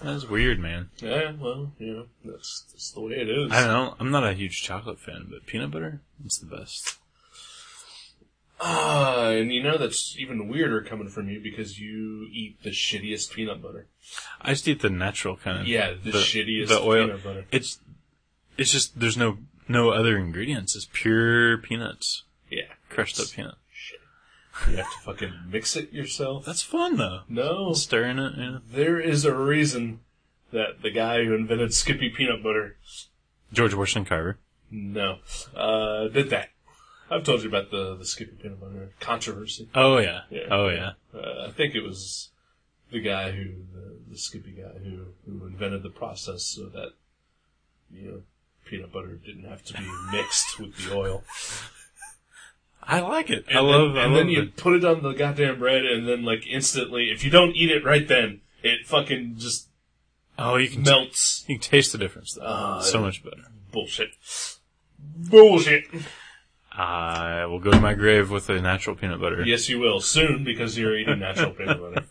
That's weird, man.
Yeah, well, you know, that's, that's the way it is.
I don't know. I'm not a huge chocolate fan, but peanut butter, it's the best.
Ah, and you know that's even weirder coming from you because you eat the shittiest peanut butter.
I just eat the natural kind.
Yeah, the shittiest peanut butter.
It's it's just there's no no other ingredients. It's pure peanuts,
Yeah.
crushed up peanut.
You have to fucking mix it yourself.
That's fun though.
No.
Stirring it, yeah.
There is a reason that the guy who invented Skippy peanut butter
George Washington Carver.
No. Uh, did that. I've told you about the, the Skippy peanut butter controversy.
Oh yeah.
Yeah.
Oh yeah.
Uh, I think it was the guy who, the, the Skippy guy who, who invented the process so that, you know, peanut butter didn't have to be mixed with the oil.
I like it. I
And
love.
then,
I
And
love
then you
it.
put it on the goddamn bread and then like instantly, if you don't eat it right then, it fucking just
Oh, you can
melts.
you
Ah,
can taste the difference though. so much better.
Bullshit. Bullshit.
I will go to my grave with a natural peanut butter.
Yes, you will soon because you're eating natural peanut butter.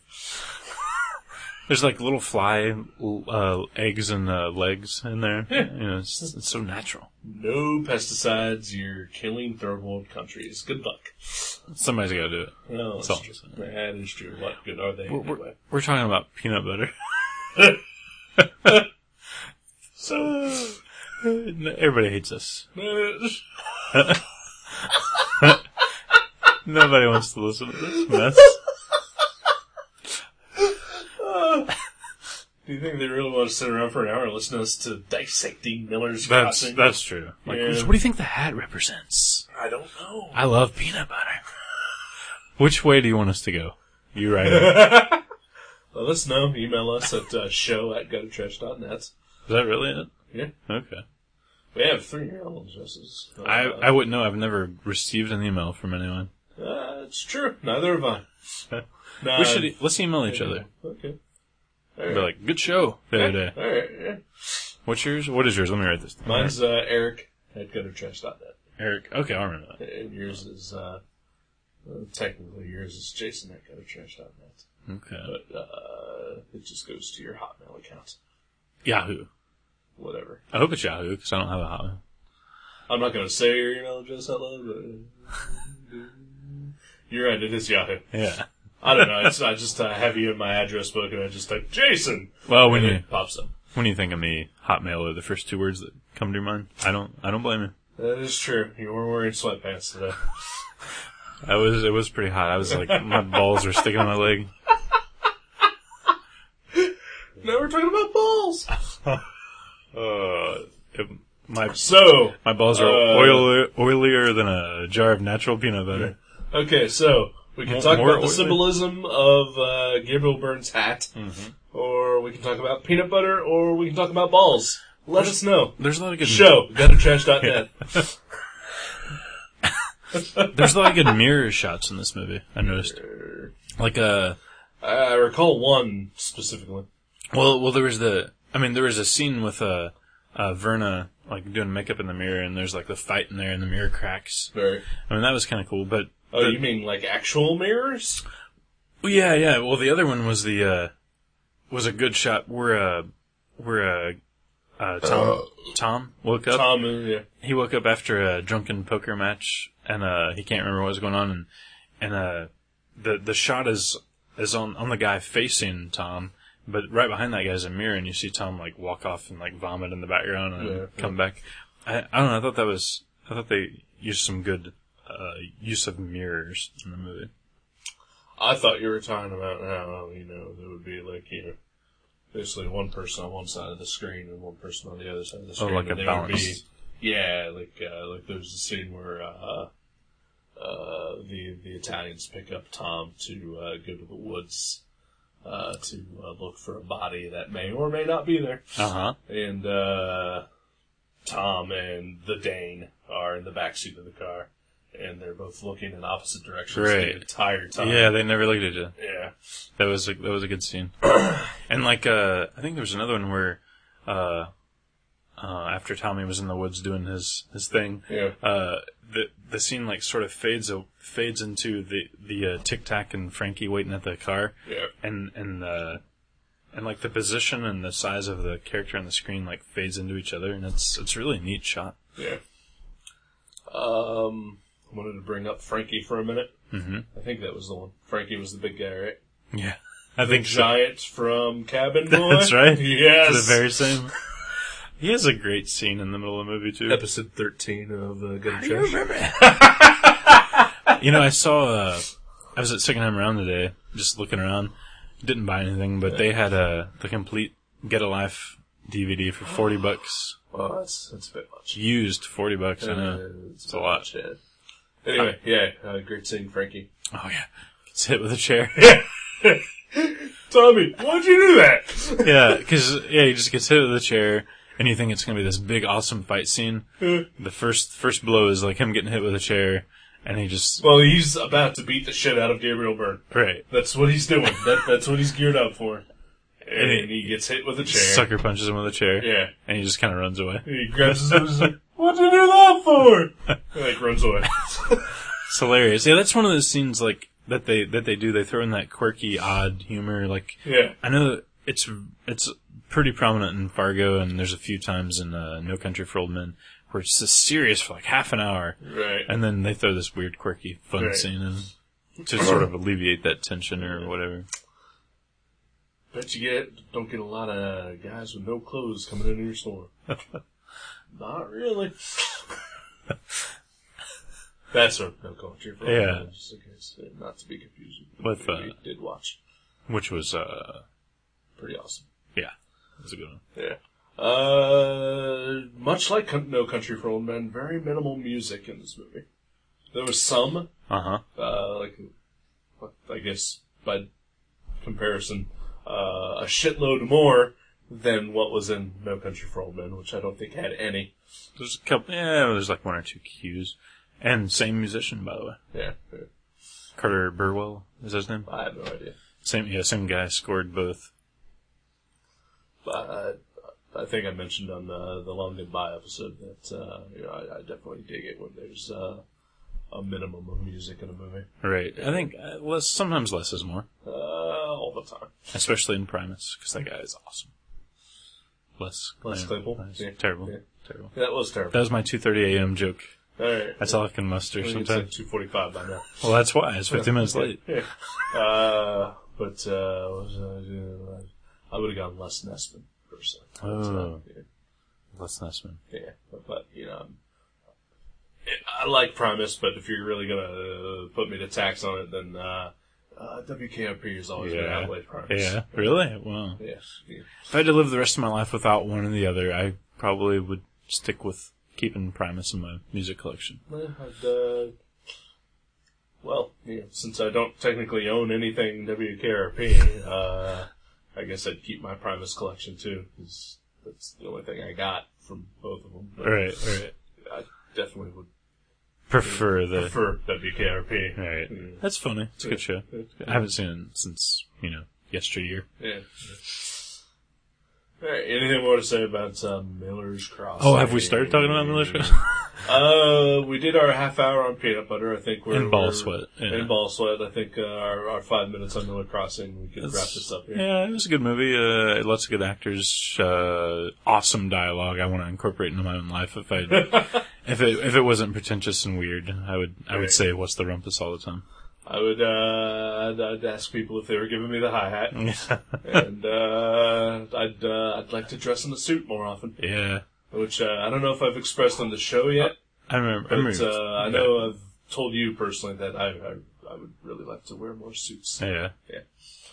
There's like little fly uh, eggs and uh, legs in there. You know, it's, it's so natural.
No pesticides. You're killing third world countries. Good luck.
Somebody's got to do it.
No, that's
So-
true. That is true. What good are they?
We're, we're,
anyway?
we're talking about peanut butter.
So
Everybody hates us.
no,
Nobody wants to listen to this mess.
do you think they really want to sit around for an hour and listen to us to dissecting Miller's
That's
Crossing?
that's true. Like,
Yeah.
what do you think the hat represents?
I don't know.
I love peanut butter. Which way do you want us to go? You write it.
Let us know. Email us at uh, show at net.
Is that really it?
Yeah.
Okay.
We have three email addresses. Uh,
I I wouldn't know. I've never received an email from anyone.
uh, it's true. Neither have I. Nah,
We should e, let's email each other.
Okay.
Be like, good show the other day.
All right. Yeah.
What's yours? What is yours? Let me write this. Down.
Mine's uh, Eric at guttertrash.net.
Eric. Okay, I remember that.
And yours is, uh, uh, technically yours is Jason at guttertrash.net.
Okay.
But, uh, it just goes to your Hotmail account.
Yahoo.
Whatever.
I hope it's Yahoo because I don't have a Yahoo.
I'm not going to say your email address out loud, but you're right. It is Yahoo.
Yeah.
I don't know. It's, I just uh, have you in my address book and I just type Jason.
Well, when
and
you
it pops up.
when you think of me, Hotmail are the first two words that come to your mind. I don't I don't blame you.
That is true. You were wearing sweatpants today.
I was it was pretty hot. I was like my balls were sticking to my leg.
now we're talking about balls.
Uh, it, my
So,
my balls are
Uh,
oily, oilier than a jar of natural peanut butter.
Okay, so we can
More-
talk
more
about the
oily.
symbolism of uh, Gabriel Byrne's hat,
Mm-hmm.
or we can talk about peanut butter, or we can talk about balls. Let us know.
There's a lot of good
Show guttertrash.net.
There's a lot of good mirror shots in this movie. I noticed, like uh,
I I recall one specifically.
well, well, there was the, I mean, there was a scene with uh, uh, Verna like doing makeup in the mirror, and there's like the fight in there, and the mirror cracks.
Very.
I mean, that was kind of cool, but
Oh, you mean like actual mirrors?
Well, Yeah, yeah. Well, the other one was the uh was a good shot where uh where uh, uh Tom Tom woke up.
Tom, uh, yeah.
He woke up after a drunken poker match, and uh he can't remember what was going on, and and uh the the shot is is on on the guy facing Tom. But right behind that guy's a mirror, and you see Tom like walk off and like vomit in the background and
Yeah.
come back. I, I don't know. I thought that was I thought they used some good uh, use of mirrors in the movie.
I thought you were talking about how you know there would be like you know basically one person on one side of the screen and one person on the other side of the screen.
Oh, like a
and they would
balance.
Be, yeah, like uh, like there's a scene where uh, uh, the the Italians pick up Tom to uh, go to the woods. Uh, to uh, look for a body that may or may not be there,
Uh huh.
and uh, Tom and the Dane are in the backseat of the car, and they're both looking in opposite directions
Right.
the entire time.
Yeah, they never looked at each other.
yeah.
That was a, that was a good scene. and like uh, I think there was another one where uh, uh, after Tommy was in the woods doing his his thing,
Yeah.
uh, the the scene like sort of fades o- fades into the the uh, Tic Tac and Frankie waiting at the car,
Yeah.
and and uh, and like the position and the size of the character on the screen like fades into each other, and it's it's really a neat shot.
Yeah. Um, I wanted to bring up Frankie for a minute.
Mhm.
I think that was the one. Frankie was the big guy, right?
Yeah, I think so.
Giant from Cabin Boy.
That's right.
Yes.
the very same. He has a great scene in the middle of the movie too.
episode thirteen of uh, Good Trash.
You know, I saw. Uh, I was at second time around today, just looking around. Didn't buy anything, but they had uh, the complete Get a Life DVD for forty bucks.
Well, Oh, that's that's a bit much.
Used forty bucks. I
Uh,
know.
it's
a lot.
Yeah. Anyway, yeah, uh, great seeing Frankie.
Oh yeah, gets hit with a chair.
Tommy, why'd you do that?
yeah, because yeah, he just gets hit with a chair, and you think it's gonna be this big awesome fight scene. the first first blow is like him getting hit with a chair, and he just
well, he's about to beat the shit out of Gabriel Byrne.
right
That's what he's doing. That, that's what he's geared up for. And he gets hit with a chair.
sucker punches him with a chair,
Yeah.
and he just kind of runs away.
He grabs his. what What'd you do that for? And, like runs away.
It's hilarious. Yeah, that's one of those scenes like that they that they do. They throw in that quirky, odd humor. Like
Yeah.
I know that it's it's pretty prominent in Fargo, and there's a few times in uh, No Country for Old Men where it's just serious for like half an hour,
Right.
and then they throw this weird, quirky, fun
Right.
scene in to sort of alleviate that tension or whatever.
Bet you get don't get a lot of guys with no clothes coming into your store. Not really. That's from No Country for Old
Yeah.
Men, Just in case, uh, not to be confused
With,
the movie
uh,
we did watch.
Which was uh
Pretty awesome.
yeah, that's a good one.
Yeah. Uh, much like Com- No Country for Old Men, very minimal music in this movie. There was some,
Uh huh.
uh, like, I guess by comparison, uh, a shitload more than what was in No Country for Old Men, which I don't think had any.
There's a couple. Yeah, there's like one or two cues, and same musician by the way,
Yeah, yeah.
Carter Burwell is his name.
I have no idea.
Same yeah, same guy scored both.
But I, I think I mentioned on the, the Long Goodbye episode that, uh, you know, I, I definitely dig it when there's, uh, a minimum of music in a movie.
Right. I think uh, less, sometimes less is more,
Uh, all the time.
especially in Primus, because that guy is awesome. Less,
Les Claypool? Yeah.
Terrible.
Yeah.
Terrible.
That was terrible.
That was my 2.30 a.m. joke.
All right.
That's all I can muster
I think it's like
sometimes.
two forty-five by now.
Well, that's why. It's 15 minutes late.
Uh, but uh, what was I, gonna do? I would have gone Les Nessman personally. But,
Oh.
uh,
Les Nessman.
yeah, yeah, but, but, you know, I'm- I like Primus, but if you're really gonna uh, put me to tax on it, then uh, uh, WKRP is always gonna
Yeah.
outweigh Primus.
Yeah. Really? Wow.
Yeah. yeah.
If I had to live the rest of my life without one or the other, I probably would stick with keeping Primus in my music collection.
Well, I'd, uh, well, yeah, since I don't technically own anything WKRP, uh, I guess I'd keep my Primus collection too, because that's the only thing I got from both of them. But
Right, right.
I definitely would
Prefer the...
prefer WKRP.
Right.
Yeah.
That's funny. It's a good show.
Yeah.
I haven't seen it since, you know, yesteryear.
Yeah. All right, anything more to say about uh, Miller's Cross?
Oh, have we started talking about Miller's Crossing?
Uh, we did our half hour on peanut butter. I think we're
And ball
we're-
sweat, yeah.
And ball sweat. I think uh, our, our five minutes on Miller Crossing, we could wrap this up here.
Yeah, it was a good movie. Uh, lots of good actors. Uh, awesome dialogue. I want to incorporate into my own life. If I if it if it wasn't pretentious and weird, I would I would
Right.
say what's the rumpus all the time.
I would uh, I'd, I'd ask people if they were giving me the hi hat,
yeah,
and uh, I'd uh, I'd like to dress in a suit more often.
yeah.
Which uh, I don't know if I've expressed on the show yet,
I remember. I,
but
remember
uh, I know I've told you personally that I, I I would really like to wear more suits.
Yeah,
Yeah.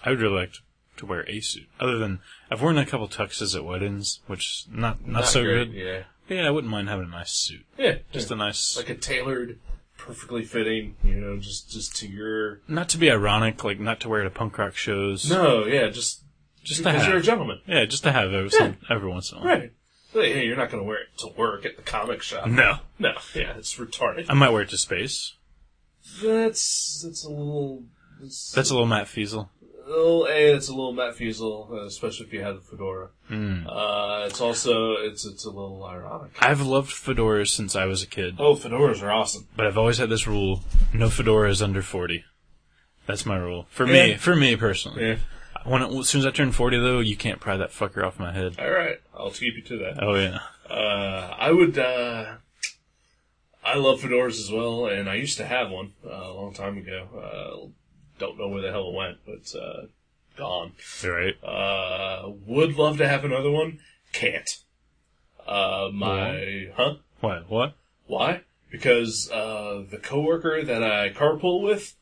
I would really like to, to wear a suit. Other than I've worn a couple tuxes at weddings, which not not, so
great,
good.
Yeah,
But yeah, I wouldn't mind having a nice suit.
yeah,
Just a nice,
like a tailored, perfectly fitting, you know, just just to your
not to be ironic, like not to wear it at punk rock shows.
no, yeah, just
Just to
because
have.
you're a gentleman,
Yeah, just to have every, some- every once in a while.
right? Hey, hey, you're not going to wear it to work at the comic shop.
No,
No, yeah, it's retarded.
I might wear it to space.
That's that's a little. That's,
That's a little Matt Fiesel.
a little a. It's a little Matt Fiesel, uh, especially if you have a fedora. Uh, it's also it's it's a little ironic.
I've loved fedoras since I was a kid,
Oh, fedoras are awesome.
but I've always had this rule: no fedoras under forty. That's my rule for me.
Yeah.
For me personally, when it, as soon as I turn forty, though, you can't pry that fucker off my head.
All right, I'll keep you to that.
Oh yeah,
Uh, I would. Uh, I love fedoras as well, and I used to have one uh, a long time ago. Uh, don't know where the hell it went, but uh, gone.
you're right.
Uh, would love to have another one. Can't. Uh, my huh?
What? What?
Why? Because uh, the coworker that I carpool with,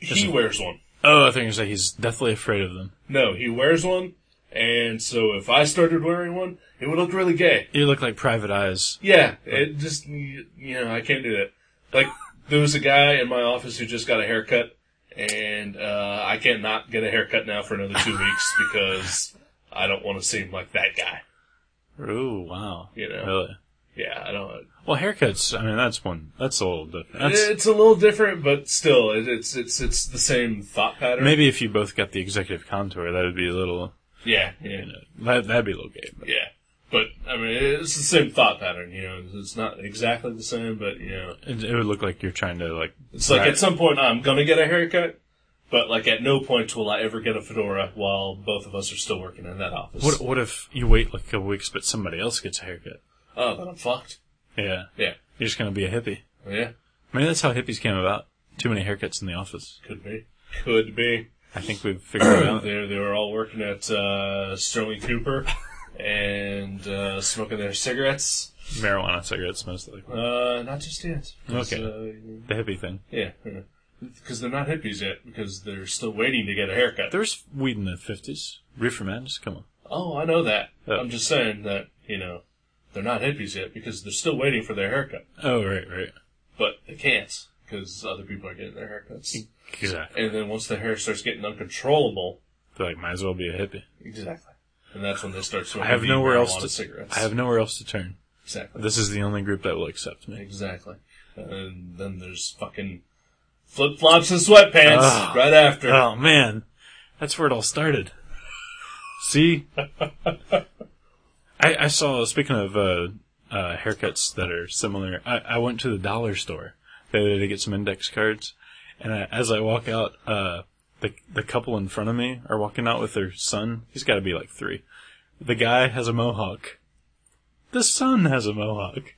he wears one.
Oh, I think it's like he's deathly afraid of them.
No, he wears one, and so if I started wearing one, it would look really gay.
You look like Private Eyes.
Yeah, it just you know I can't do that. Like there was a guy in my office who just got a haircut, and uh, I can't not get a haircut now for another two weeks because I don't want to seem like that guy.
Oh wow.
You know.
Really?
Yeah, I don't.
Well, haircuts. I mean, that's one. That's a little different. That's
it's a little different, but still, it, it's it's it's the same thought pattern.
maybe if you both got the executive contour, that would be a little.
Yeah, yeah,
You know, that that'd be a little gay. But
yeah. But I mean, it's the same thought pattern. You know, it's not exactly the same, but you know,
It, it would look like you're trying to like.
it's like
Right.
at some point I'm gonna get a haircut. But like at no point will I ever get a fedora while both of us are still working in that office.
What what if you wait like a couple weeks, but somebody else gets a haircut?
Oh, then I'm fucked.
Yeah,
Yeah,
you're just gonna be a hippie.
yeah,
Maybe that's how hippies came about. Too many haircuts in the office.
could be, could be.
I think we've figured it out.
They they were all working at uh, Sterling Cooper and uh, smoking their cigarettes.
Marijuana cigarettes mostly.
Uh, not just yet. 'Cause,
Okay.
uh,
The hippie thing.
yeah, because they're not hippies yet because they're still waiting to get a haircut.
There's weed in the fifties. Reefer madness. Come on.
oh, I know that.
Oh.
I'm just saying that you know they're not hippies yet because they're still waiting for their haircut,
Oh right right.
but they can't because other people are getting their haircuts.
Exactly.
And then once the hair starts getting uncontrollable.
They're like might as well be a hippie.
Exactly. And that's when they start smoking.
I have
the
nowhere else
marijuana
to.
cigarettes.
I have nowhere else to turn.
exactly.
This is the only group that will accept me.
exactly. And then there's fucking flip flops and sweatpants
Ugh.
right after.
Oh man, that's where it all started. See, I, I saw. Speaking of uh, uh, haircuts that are similar, I, I went to the dollar store the other day to get some index cards, and I, as I walk out, uh, the the couple in front of me are walking out with their son. He's got to be like three. The guy has a mohawk. The son has a mohawk.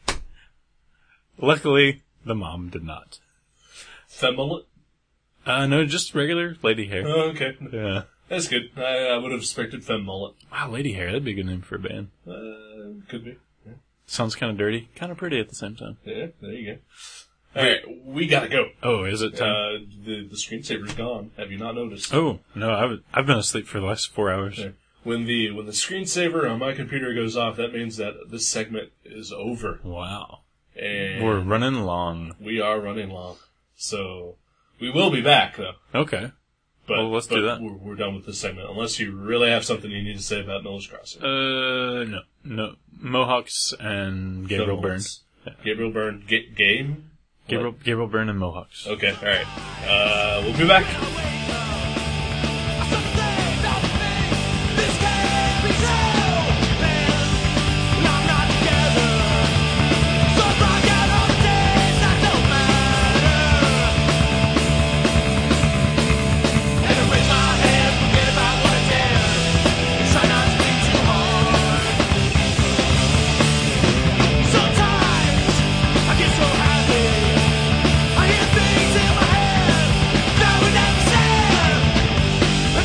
Luckily, the mom did not.
Femolit.
Uh, no, just regular lady hair.
Oh, okay.
Yeah.
That's good. I, I would have expected femolit.
Wow, Ah, Lady Hair, that'd be a good name for a band.
Uh, could be.
Sounds kind of dirty, kind of pretty at the same time.
Yeah, there you go. Alright, we gotta go.
Oh, is it time?
Uh, the, the screensaver's gone. Have you not noticed?
oh, no, I've, I've been asleep for the last four hours.
There. When the, when the screensaver on my computer goes off, that means that this segment is over.
Wow.
And
We're running long.
We are running long, so we will be back though.
Okay.
But
Well, let's
but
do that.
We're, we're done with this segment, unless you really have something you need to say about Miller's Crossing.
Uh, no, no. Mohawks and Gabriel
Don't
Byrne.
let's- Gabriel Byrne. Ga- game.
Gabriel, Gabriel Byrne and Mohawks.
Okay. All right. Uh, we'll be back.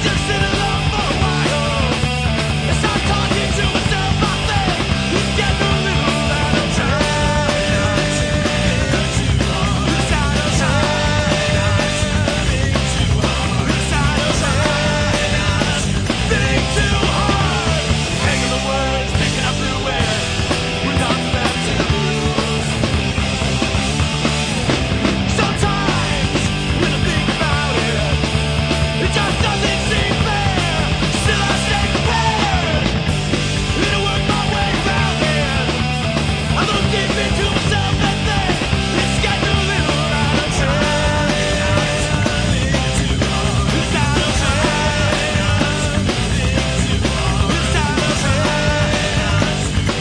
Just sit alone for a while. It's not talking to myself. I think you get a little out of time. It's out of time. It's out of time. Think too hard. Hanging the words, picking up the wind. We're not back to the blues. Sometimes when I think about it. It just doesn't seem fair. Still, I stay prepared. It'll work my way round it. I look deep into myself and think it's getting a little out of time. It's out of time. It's out of time.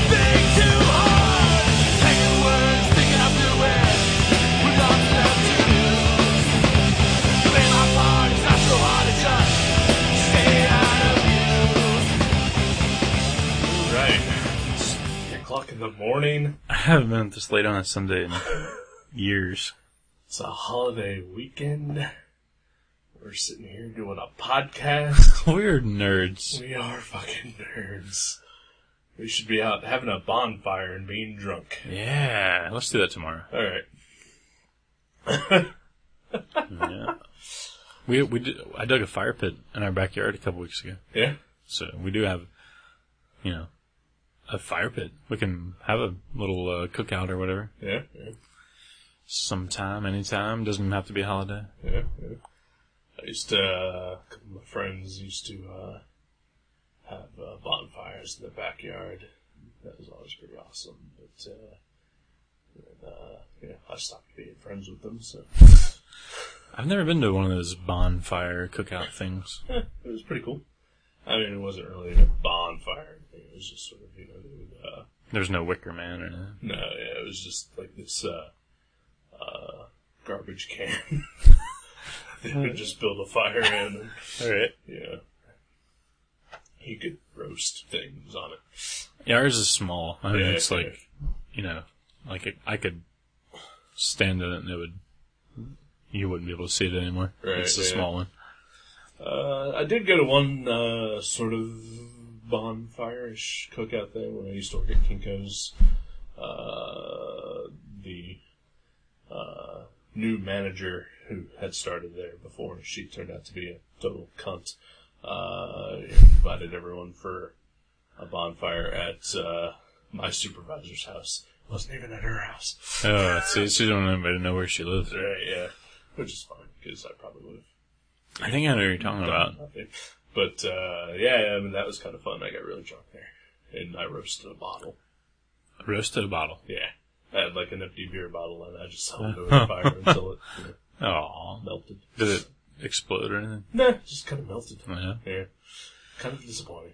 Think too hard. Taking words, picking up new words. We're not left to lose. Play my part, it's not so hard to just stay out of view.
All right. It's Eight o'clock in the morning.
I haven't been this late on a Sunday in years.
It's a holiday weekend. We're sitting here doing a podcast.
We're nerds.
we are fucking nerds. We should be out having a bonfire and being drunk.
Yeah, let's do that tomorrow.
All right.
Yeah. we, we did, I dug a fire pit in our backyard a couple weeks ago.
Yeah.
So we do have, you know, a fire pit. We can have a little uh, cookout or whatever
Yeah. Yeah.
sometime, anytime. Doesn't have to be a holiday.
Yeah, yeah. I used to, uh, a couple of my friends used to uh, have uh, bonfires in the backyard. That was always pretty awesome. But, uh, and, uh, yeah, I stopped being friends with them, so
I've never been to one of those bonfire cookout things.
eh, yeah, it was pretty cool. I mean, it wasn't really a bonfire. It was just sort of, you know, they would uh,
There's no Wicker Man or anything.
No, yeah, it was just like this uh, uh, garbage can. they would just build a fire in. And,
All right.
yeah. You could roast things on it.
Yeah, ours is small. I mean,
Yeah,
it's
yeah.
like, you know, like it, I could stand in it and it would, you wouldn't be able to see it anymore.
Right,
it's a
yeah.
small one.
Uh, I did go to one uh, sort of bonfire-ish cookout thing when I used to work at Kinko's. Uh, the uh, new manager who had started there before, she turned out to be a total cunt. Uh, invited everyone for a bonfire at uh, my supervisor's house. Wasn't even at her house.
Oh, see, she don't want anybody to know where she lives.
Right, yeah, which is fine because I probably would have
I think I know what you're talking about.
Nothing. But uh, yeah, I mean that was kind of fun. I got really drunk there, and I roasted a bottle.
Roasted a bottle.
Yeah, I had like an empty beer bottle, and I just held it over the fire until it you know,
Oh,
melted.
did it explode or anything?
Nah, just kind of melted.
Yeah.
Yeah, kind of disappointing.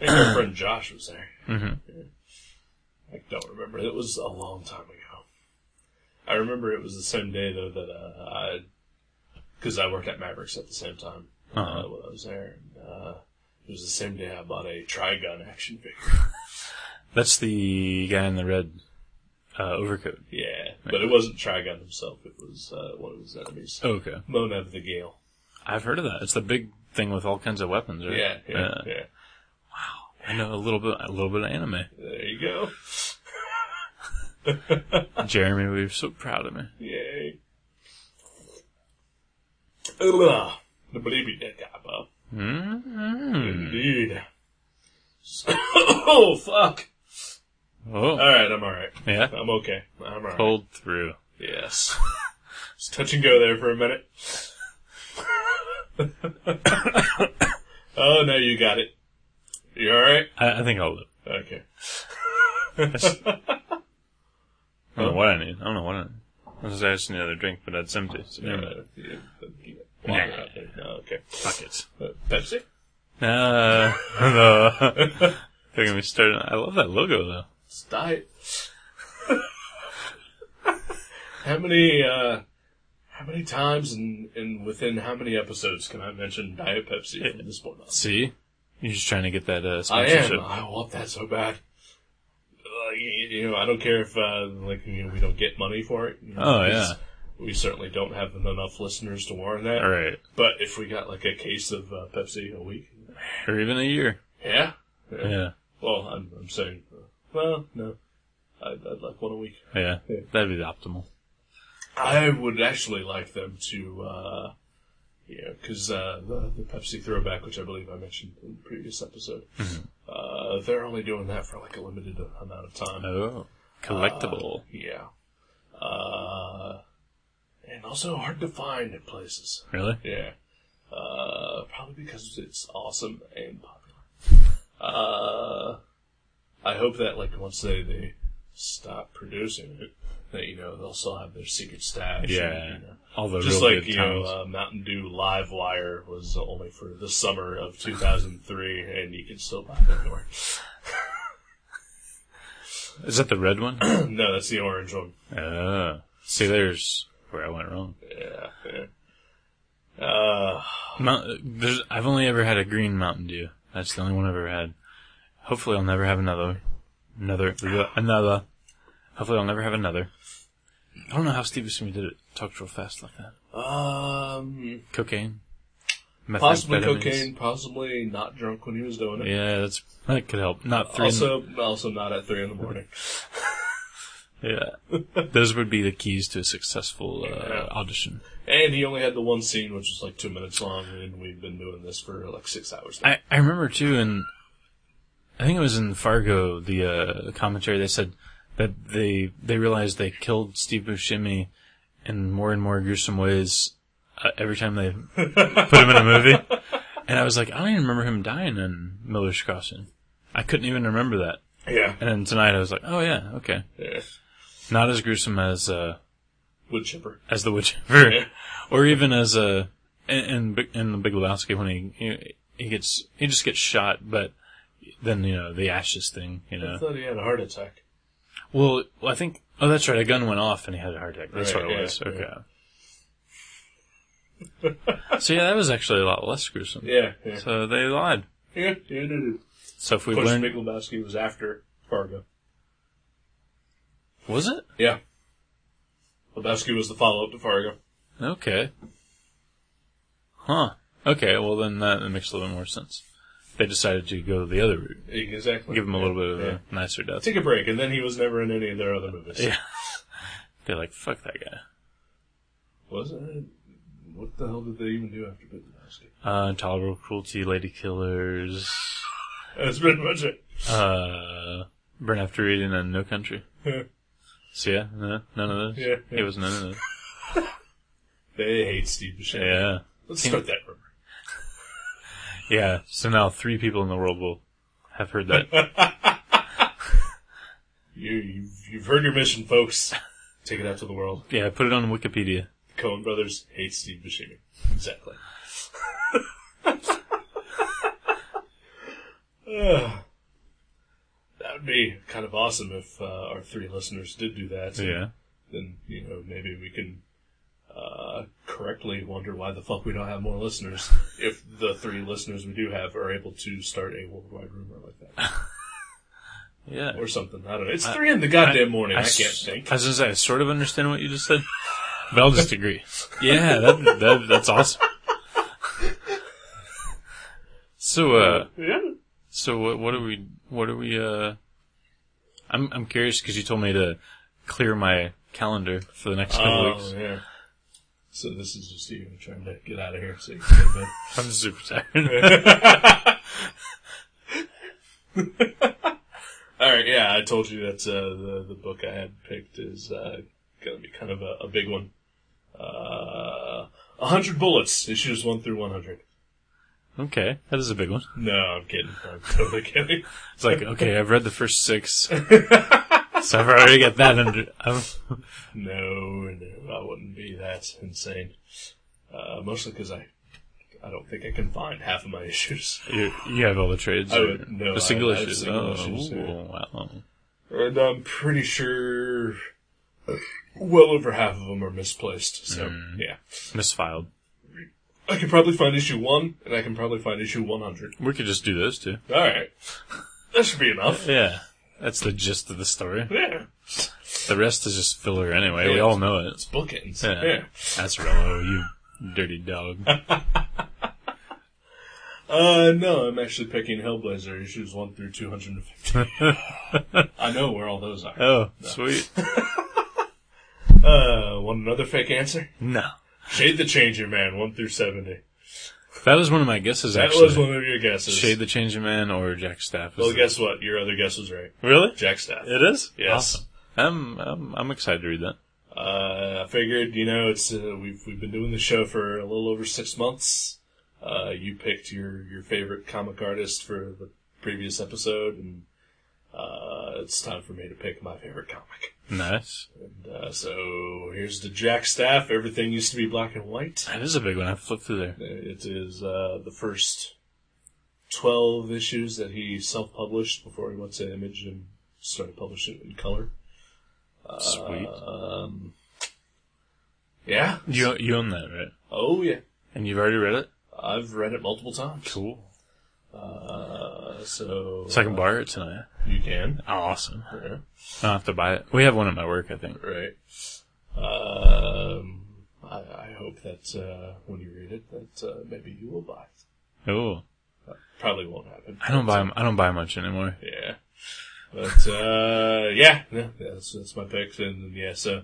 And my friend Josh was there.
Mm-hmm.
Yeah. I don't remember. It was a long time ago. I remember it was the same day though that uh, I, because I worked at Mavericks at the same time uh
Uh-huh.
when I was there. And, uh, it was the same day I bought a Trigun action figure.
That's the guy in the red uh, overcoat.
yeah, but it wasn't Trigun himself. It was uh, one of his enemies,
Oh, okay.
Mona of the Gale.
I've heard of that. It's the big thing with all kinds of weapons, right?
Yeah, yeah,
Uh,
yeah.
I know a little bit, a little bit of anime.
There you go.
Jeremy, we're so proud of me.
Yay. Ugh. The baby dead gobbo.
mm
Indeed. Hmm? oh, fuck.
Oh,
Alright, I'm alright.
yeah.
I'm okay. I'm alright.
Pulled through.
Yes. It's touch and go there for a minute. oh, no, you got it. You alright?
I, I think I'll live.
Okay.
I don't know what I need. I don't know what I need. I was gonna say I just need another drink, but that's empty. So never mind.
Uh, yeah, water out there. No, okay.
Fuck it.
Uh, Pepsi?
Uh, no. They're gonna be starting. I love that logo though.
It's diet. how many uh how many times and in, within how many episodes can I mention Diet Pepsi from this point on?
See, you're just trying to get that uh,
I
sponsorship.
am. I want that so bad. Uh, you, you know, I don't care if uh, like you know, we don't get money for it. you know,
Oh,
because
yeah.
We certainly don't have enough listeners to warrant that.
All right,
But if we got like a case of uh, Pepsi a week,
or even a year.
yeah.
Yeah,
Well, I'm, I'm saying, uh, well, no, I'd, I'd like one a week.
yeah.
Yeah.
That'd be the optimal.
I would actually like them to, uh, yeah, because uh, the, the Pepsi throwback, which I believe I mentioned in the previous episode,
Mm-hmm.
uh, they're only doing that for like a limited amount of time.
Oh, collectible.
Yeah. Uh, and also hard to find in places.
really?
Yeah. Uh, probably because it's awesome and popular. Uh, I hope that like once they, they stop producing it, that you know they'll still have their secret stash. and,
Yeah.
you know,
All the
just
real
like
good
you know,
times.
uh, Mountain Dew Live Wire was only for the summer of 2003, and you can still buy it everywhere.
Is that the red one?
no, that's the orange one.
oh, see, there's where I went wrong.
Yeah. yeah. Uh,
Mount, there's, I've only ever had a green Mountain Dew. That's the only one I've ever had. Hopefully, I'll never have another. Another. Another. Hopefully, I'll never have another. I don't know how Steve Buscemi did it. Talked real fast like that.
um,
Cocaine.
possibly
Methamphetamines.
cocaine, possibly not drunk when he was doing it.
Yeah, that's that could help. Not three. in-
also, also not at three in the morning.
yeah, those would be the keys to a successful uh,
Yeah.
audition.
And he only had the one scene, which was like two minutes long, and we've been doing this for like six hours. Now.
I, I remember too, and I think it was in Fargo, the uh, commentary they said that they they realized they killed Steve Buscemi in more and more gruesome ways uh, every time they put him in a movie. And I was like, I don't even remember him dying in Miller's Crossing. I couldn't even remember that.
yeah.
And then tonight I was like, oh yeah, okay.
yeah.
Not as gruesome as uh,
Wood chipper.
as the Witcher, or even as a in in, Big- in the Big Lebowski when he, he he gets he just gets shot, but than you know the ashes thing. You
I
know,
thought he had a heart attack.
well, I think. Oh, that's right. A gun went off and he had a heart attack. That's
Right,
what it
yeah,
was. Okay. so yeah, that was actually a lot less gruesome.
Yeah, yeah.
So they lied.
yeah, yeah it is.
So if we
Of course,
learned,
Big Lebowski was after Fargo.
was it
Yeah. Lebowski was the follow-up to Fargo.
okay? Huh. Okay. Well, then that, that makes a little more sense. They decided to go the other route,
Exactly.
give him a little bit of
Yeah.
a nicer death.
Take a break, and then he was never in any of their other movies.
Yeah. They're like, fuck that guy.
Wasn't it? What the hell did they even do after Big Lebowski?
Uh, intolerable cruelty, lady killers,
That's pretty much it.
uh, burn after reading, and no country.
Yeah.
So yeah, no, none of those.
Yeah, yeah.
It was none of those.
They hate Steve Buscemi.
Yeah.
Let's start that rumor.
Yeah. So now three people in the world will have heard that.
You, you've, you've heard your mission, folks. Take it out to the world.
yeah, put it on Wikipedia.
The Coen brothers hate Steve Buscemi. Exactly. Ugh. that would be kind of awesome if uh, our three listeners did do that.
Yeah.
Then, you know, maybe we can uh, correctly wonder why the fuck we don't have more listeners if the three listeners we do have are able to start a worldwide rumor like that.
Yeah.
Or something. I don't know. It's three in the goddamn morning. I,
s-
can't think.
I was gonna say, I sort of understand what you just said, but I'll just agree. Yeah, that, that, that's awesome. So, uh,
yeah.
So what what are we what are we uh I'm I'm curious cuz you told me to clear my calendar for the next couple
Oh,
weeks.
yeah. So this is just you trying to get out of here so you can go to bed.
I'm super tired.
All right, yeah, I told you that uh, the the book I had picked is uh, going to be kind of a, a big one. Uh, 100 Bullets, issues 1 through 100.
okay, that is a big one.
No, I'm kidding. I'm totally kidding.
It's like, okay, I've read the first 6. so I've already got that under I'm,
No, no, I wouldn't be that insane. Uh, mostly because I, I don't think I can find half of my issues.
you, you have all the trades.
I
or-
would- Oh, no,
the single
I- I have
issues.
single
oh,
issues, yeah.
ooh, wow.
And I'm pretty sure well over half of them are misplaced. So,
Hmm.
yeah.
Misfiled.
I can probably find issue 1, and I can probably find issue 100.
We could just do those two.
Alright. That should be enough.
Yeah. That's the gist of the story.
Yeah.
The rest is just filler anyway. We
Yeah.
all know it.
Bookends.
Yeah.
Yeah.
That's Rello, you dirty dog.
Uh, no, I'm actually picking Hellblazer issues 1 through 250. I know where all those are.
Oh, sweet.
Uh, want another fake answer?
No.
Shade the Changer Man 1 through 70.
That was one of my guesses,
That
actually.
was one of your guesses.
Shade the Changing Man or Jack Staff.
well, guess what? Your other guess was right.
Really?
Jack Staff.
It is?
Yes.
Awesome. I'm, I'm, I'm excited to read that.
Uh, I figured, you know, it's uh, we've we've been doing the show for a little over six months. Uh, you picked your your favorite comic artist for the previous episode, and uh, it's time for me to pick my favorite comic.
Nice.
And, uh, so here's the Jack Staff. Everything used to be black and white.
That is a big one. I flipped through there.
It is uh, the first twelve issues that he self published before he went to Image and started publishing it in color. Uh,
Sweet.
Um, yeah.
You, you own that, right?
Oh yeah.
And you've already read it?
I've read it multiple times.
Cool.
Uh, so
So I can borrow it tonight. Oh,
you can.
Awesome. I
Yeah,
don't have to buy it. We have one at my work, I think.
right. Um, I, I hope that uh, when you read it, that uh, maybe you will buy it.
Oh.
Probably won't happen.
I don't buy, I don't buy much anymore.
Yeah. But uh, yeah, yeah, that's that's my pick, and yeah, so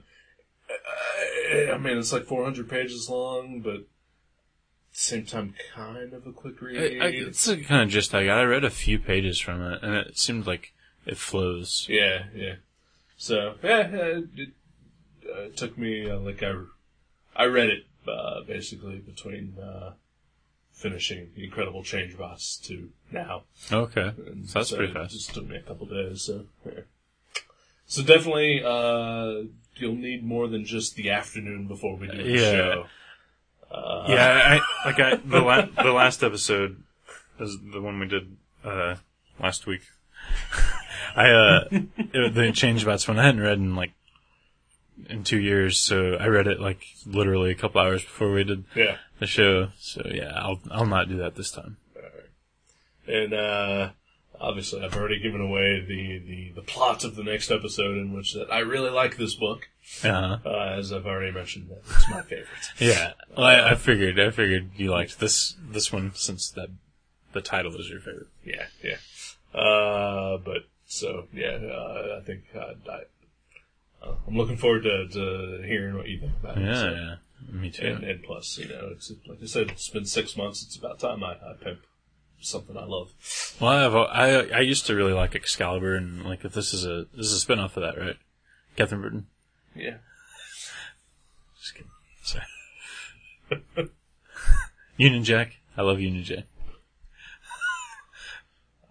uh, I mean it's like 400 pages long, but at the same time, kind of a quick read.
I, I, it's the kind of gist I got. I read a few pages from it, and it seemed like it flows.
Yeah, yeah. So yeah, yeah, it, uh, it took me uh, like I, I read it uh, basically between uh, finishing The Incredible Change Bots to now.
Okay. So that's
So
pretty
It
fast.
just took me a couple days. So yeah. so definitely, uh, you'll need more than just the afternoon before we do the
Yeah.
show.
Yeah, I, I like I the la- the last episode is the one we did uh last week. I uh, it, they changed about one I hadn't read in like in two years, so I read it like literally a couple hours before we did
Yeah.
the show. So yeah, I'll I'll not do that this time.
And uh, obviously, I've already given away the, the, the plot of the next episode, in which that I really like this book,
Uh,
uh, as I've already mentioned. That it's my favorite.
yeah, well, I, I figured I figured you liked this this one since that the title is your favorite.
yeah, yeah. Uh, but so yeah, uh, I think uh, I, uh, I'm looking forward to, to hearing what you think about it.
Yeah,
so.
yeah, me too.
And, and plus, you know, it's, like I said, it's been six months. It's about time I, I pimp something I love.
Well, I, have, I I used to really like Excalibur, and like if this is a this is a spin off of that, right? Catherine Burton.
Yeah.
Just kidding. Sorry. Union Jack. I love Union Jack.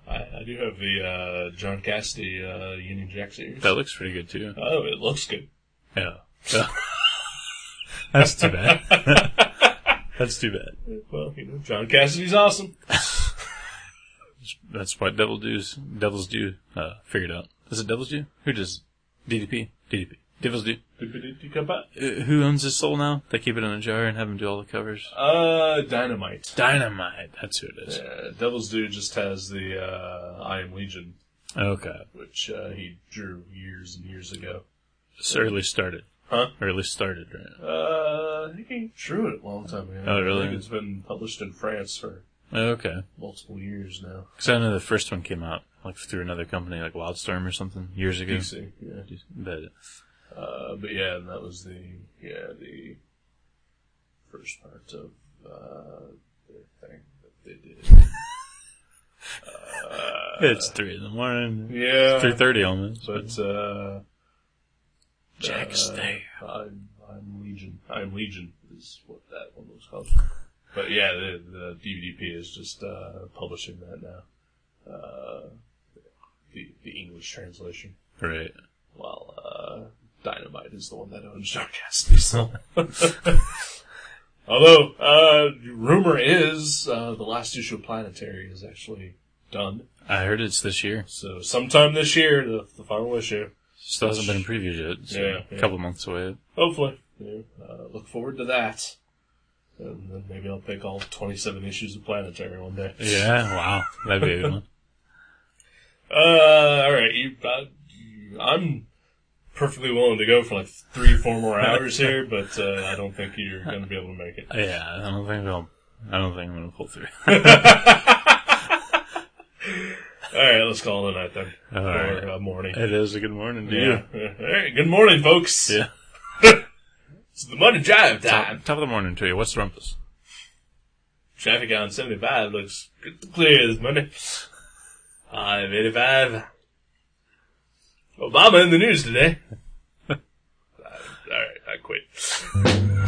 I, I do have the uh, John Cassidy uh, Union Jack series.
That looks pretty good too.
Oh, it looks good.
Yeah. That's too bad. That's too bad.
Well, you know, John Cassidy's awesome.
That's what devil do's devils do. Uh, figured out. Is it devils do? Who does? DDP. DDP. Devils do. Uh, who owns his soul now? They keep it in a jar and have him do all the covers.
Uh, Dynamite.
Dynamite. That's who it is.
Uh, Devil's Due just has the uh, I Am Legion,
Okay.
which uh, he drew years and years ago.
So early started.
Huh?
Or at least started, right?
Uh, I think he drew it a long time ago.
Oh, really?
I think it's been published in France for
Okay.
multiple years now.
Because I know the first one came out like through another company, like Wildstorm or something, years ago.
DC, yeah.
But
Uh, but yeah, and that was the yeah the first part of uh, their thing that they did.
it's three in the morning,
Yeah,
three thirty almost.
but uh,
Jack's there.
I'm, I'm Legion. I'm Legion is what that one was called. But yeah, the, the DVDP is just uh, publishing that now. Uh, the the English translation,
Right.
while uh, Dynamite is the one that owns Dark Cassidy. So. Although uh, rumor is uh, the last issue of Planetary is actually done,
I heard it's this year.
so sometime this year the, the final issue.
Still hasn't been previewed yet. So
Yeah,
A
yeah.
couple months away.
Hopefully. You know, uh, look forward to that. And then maybe I'll pick all 27 issues of Planetary one day.
Yeah. Wow. That'd be a good one.
Uh, alright, you, I, you- I'm perfectly willing to go for like three, four more hours here, but, uh, I don't think you're gonna be able to make it.
Yeah. I don't think I'll. I don't think I'm gonna pull through.
Alright, let's call it a night then.
All
or
right.
uh, morning.
it is a good morning to
Yeah. Alright, good morning, folks.
you. Yeah.
It's the morning drive time.
Top, top of the morning to you. What's the rumpus?
Traffic on 75 looks good to clear this Monday. I'm 85. Obama in the news today. Alright, I quit.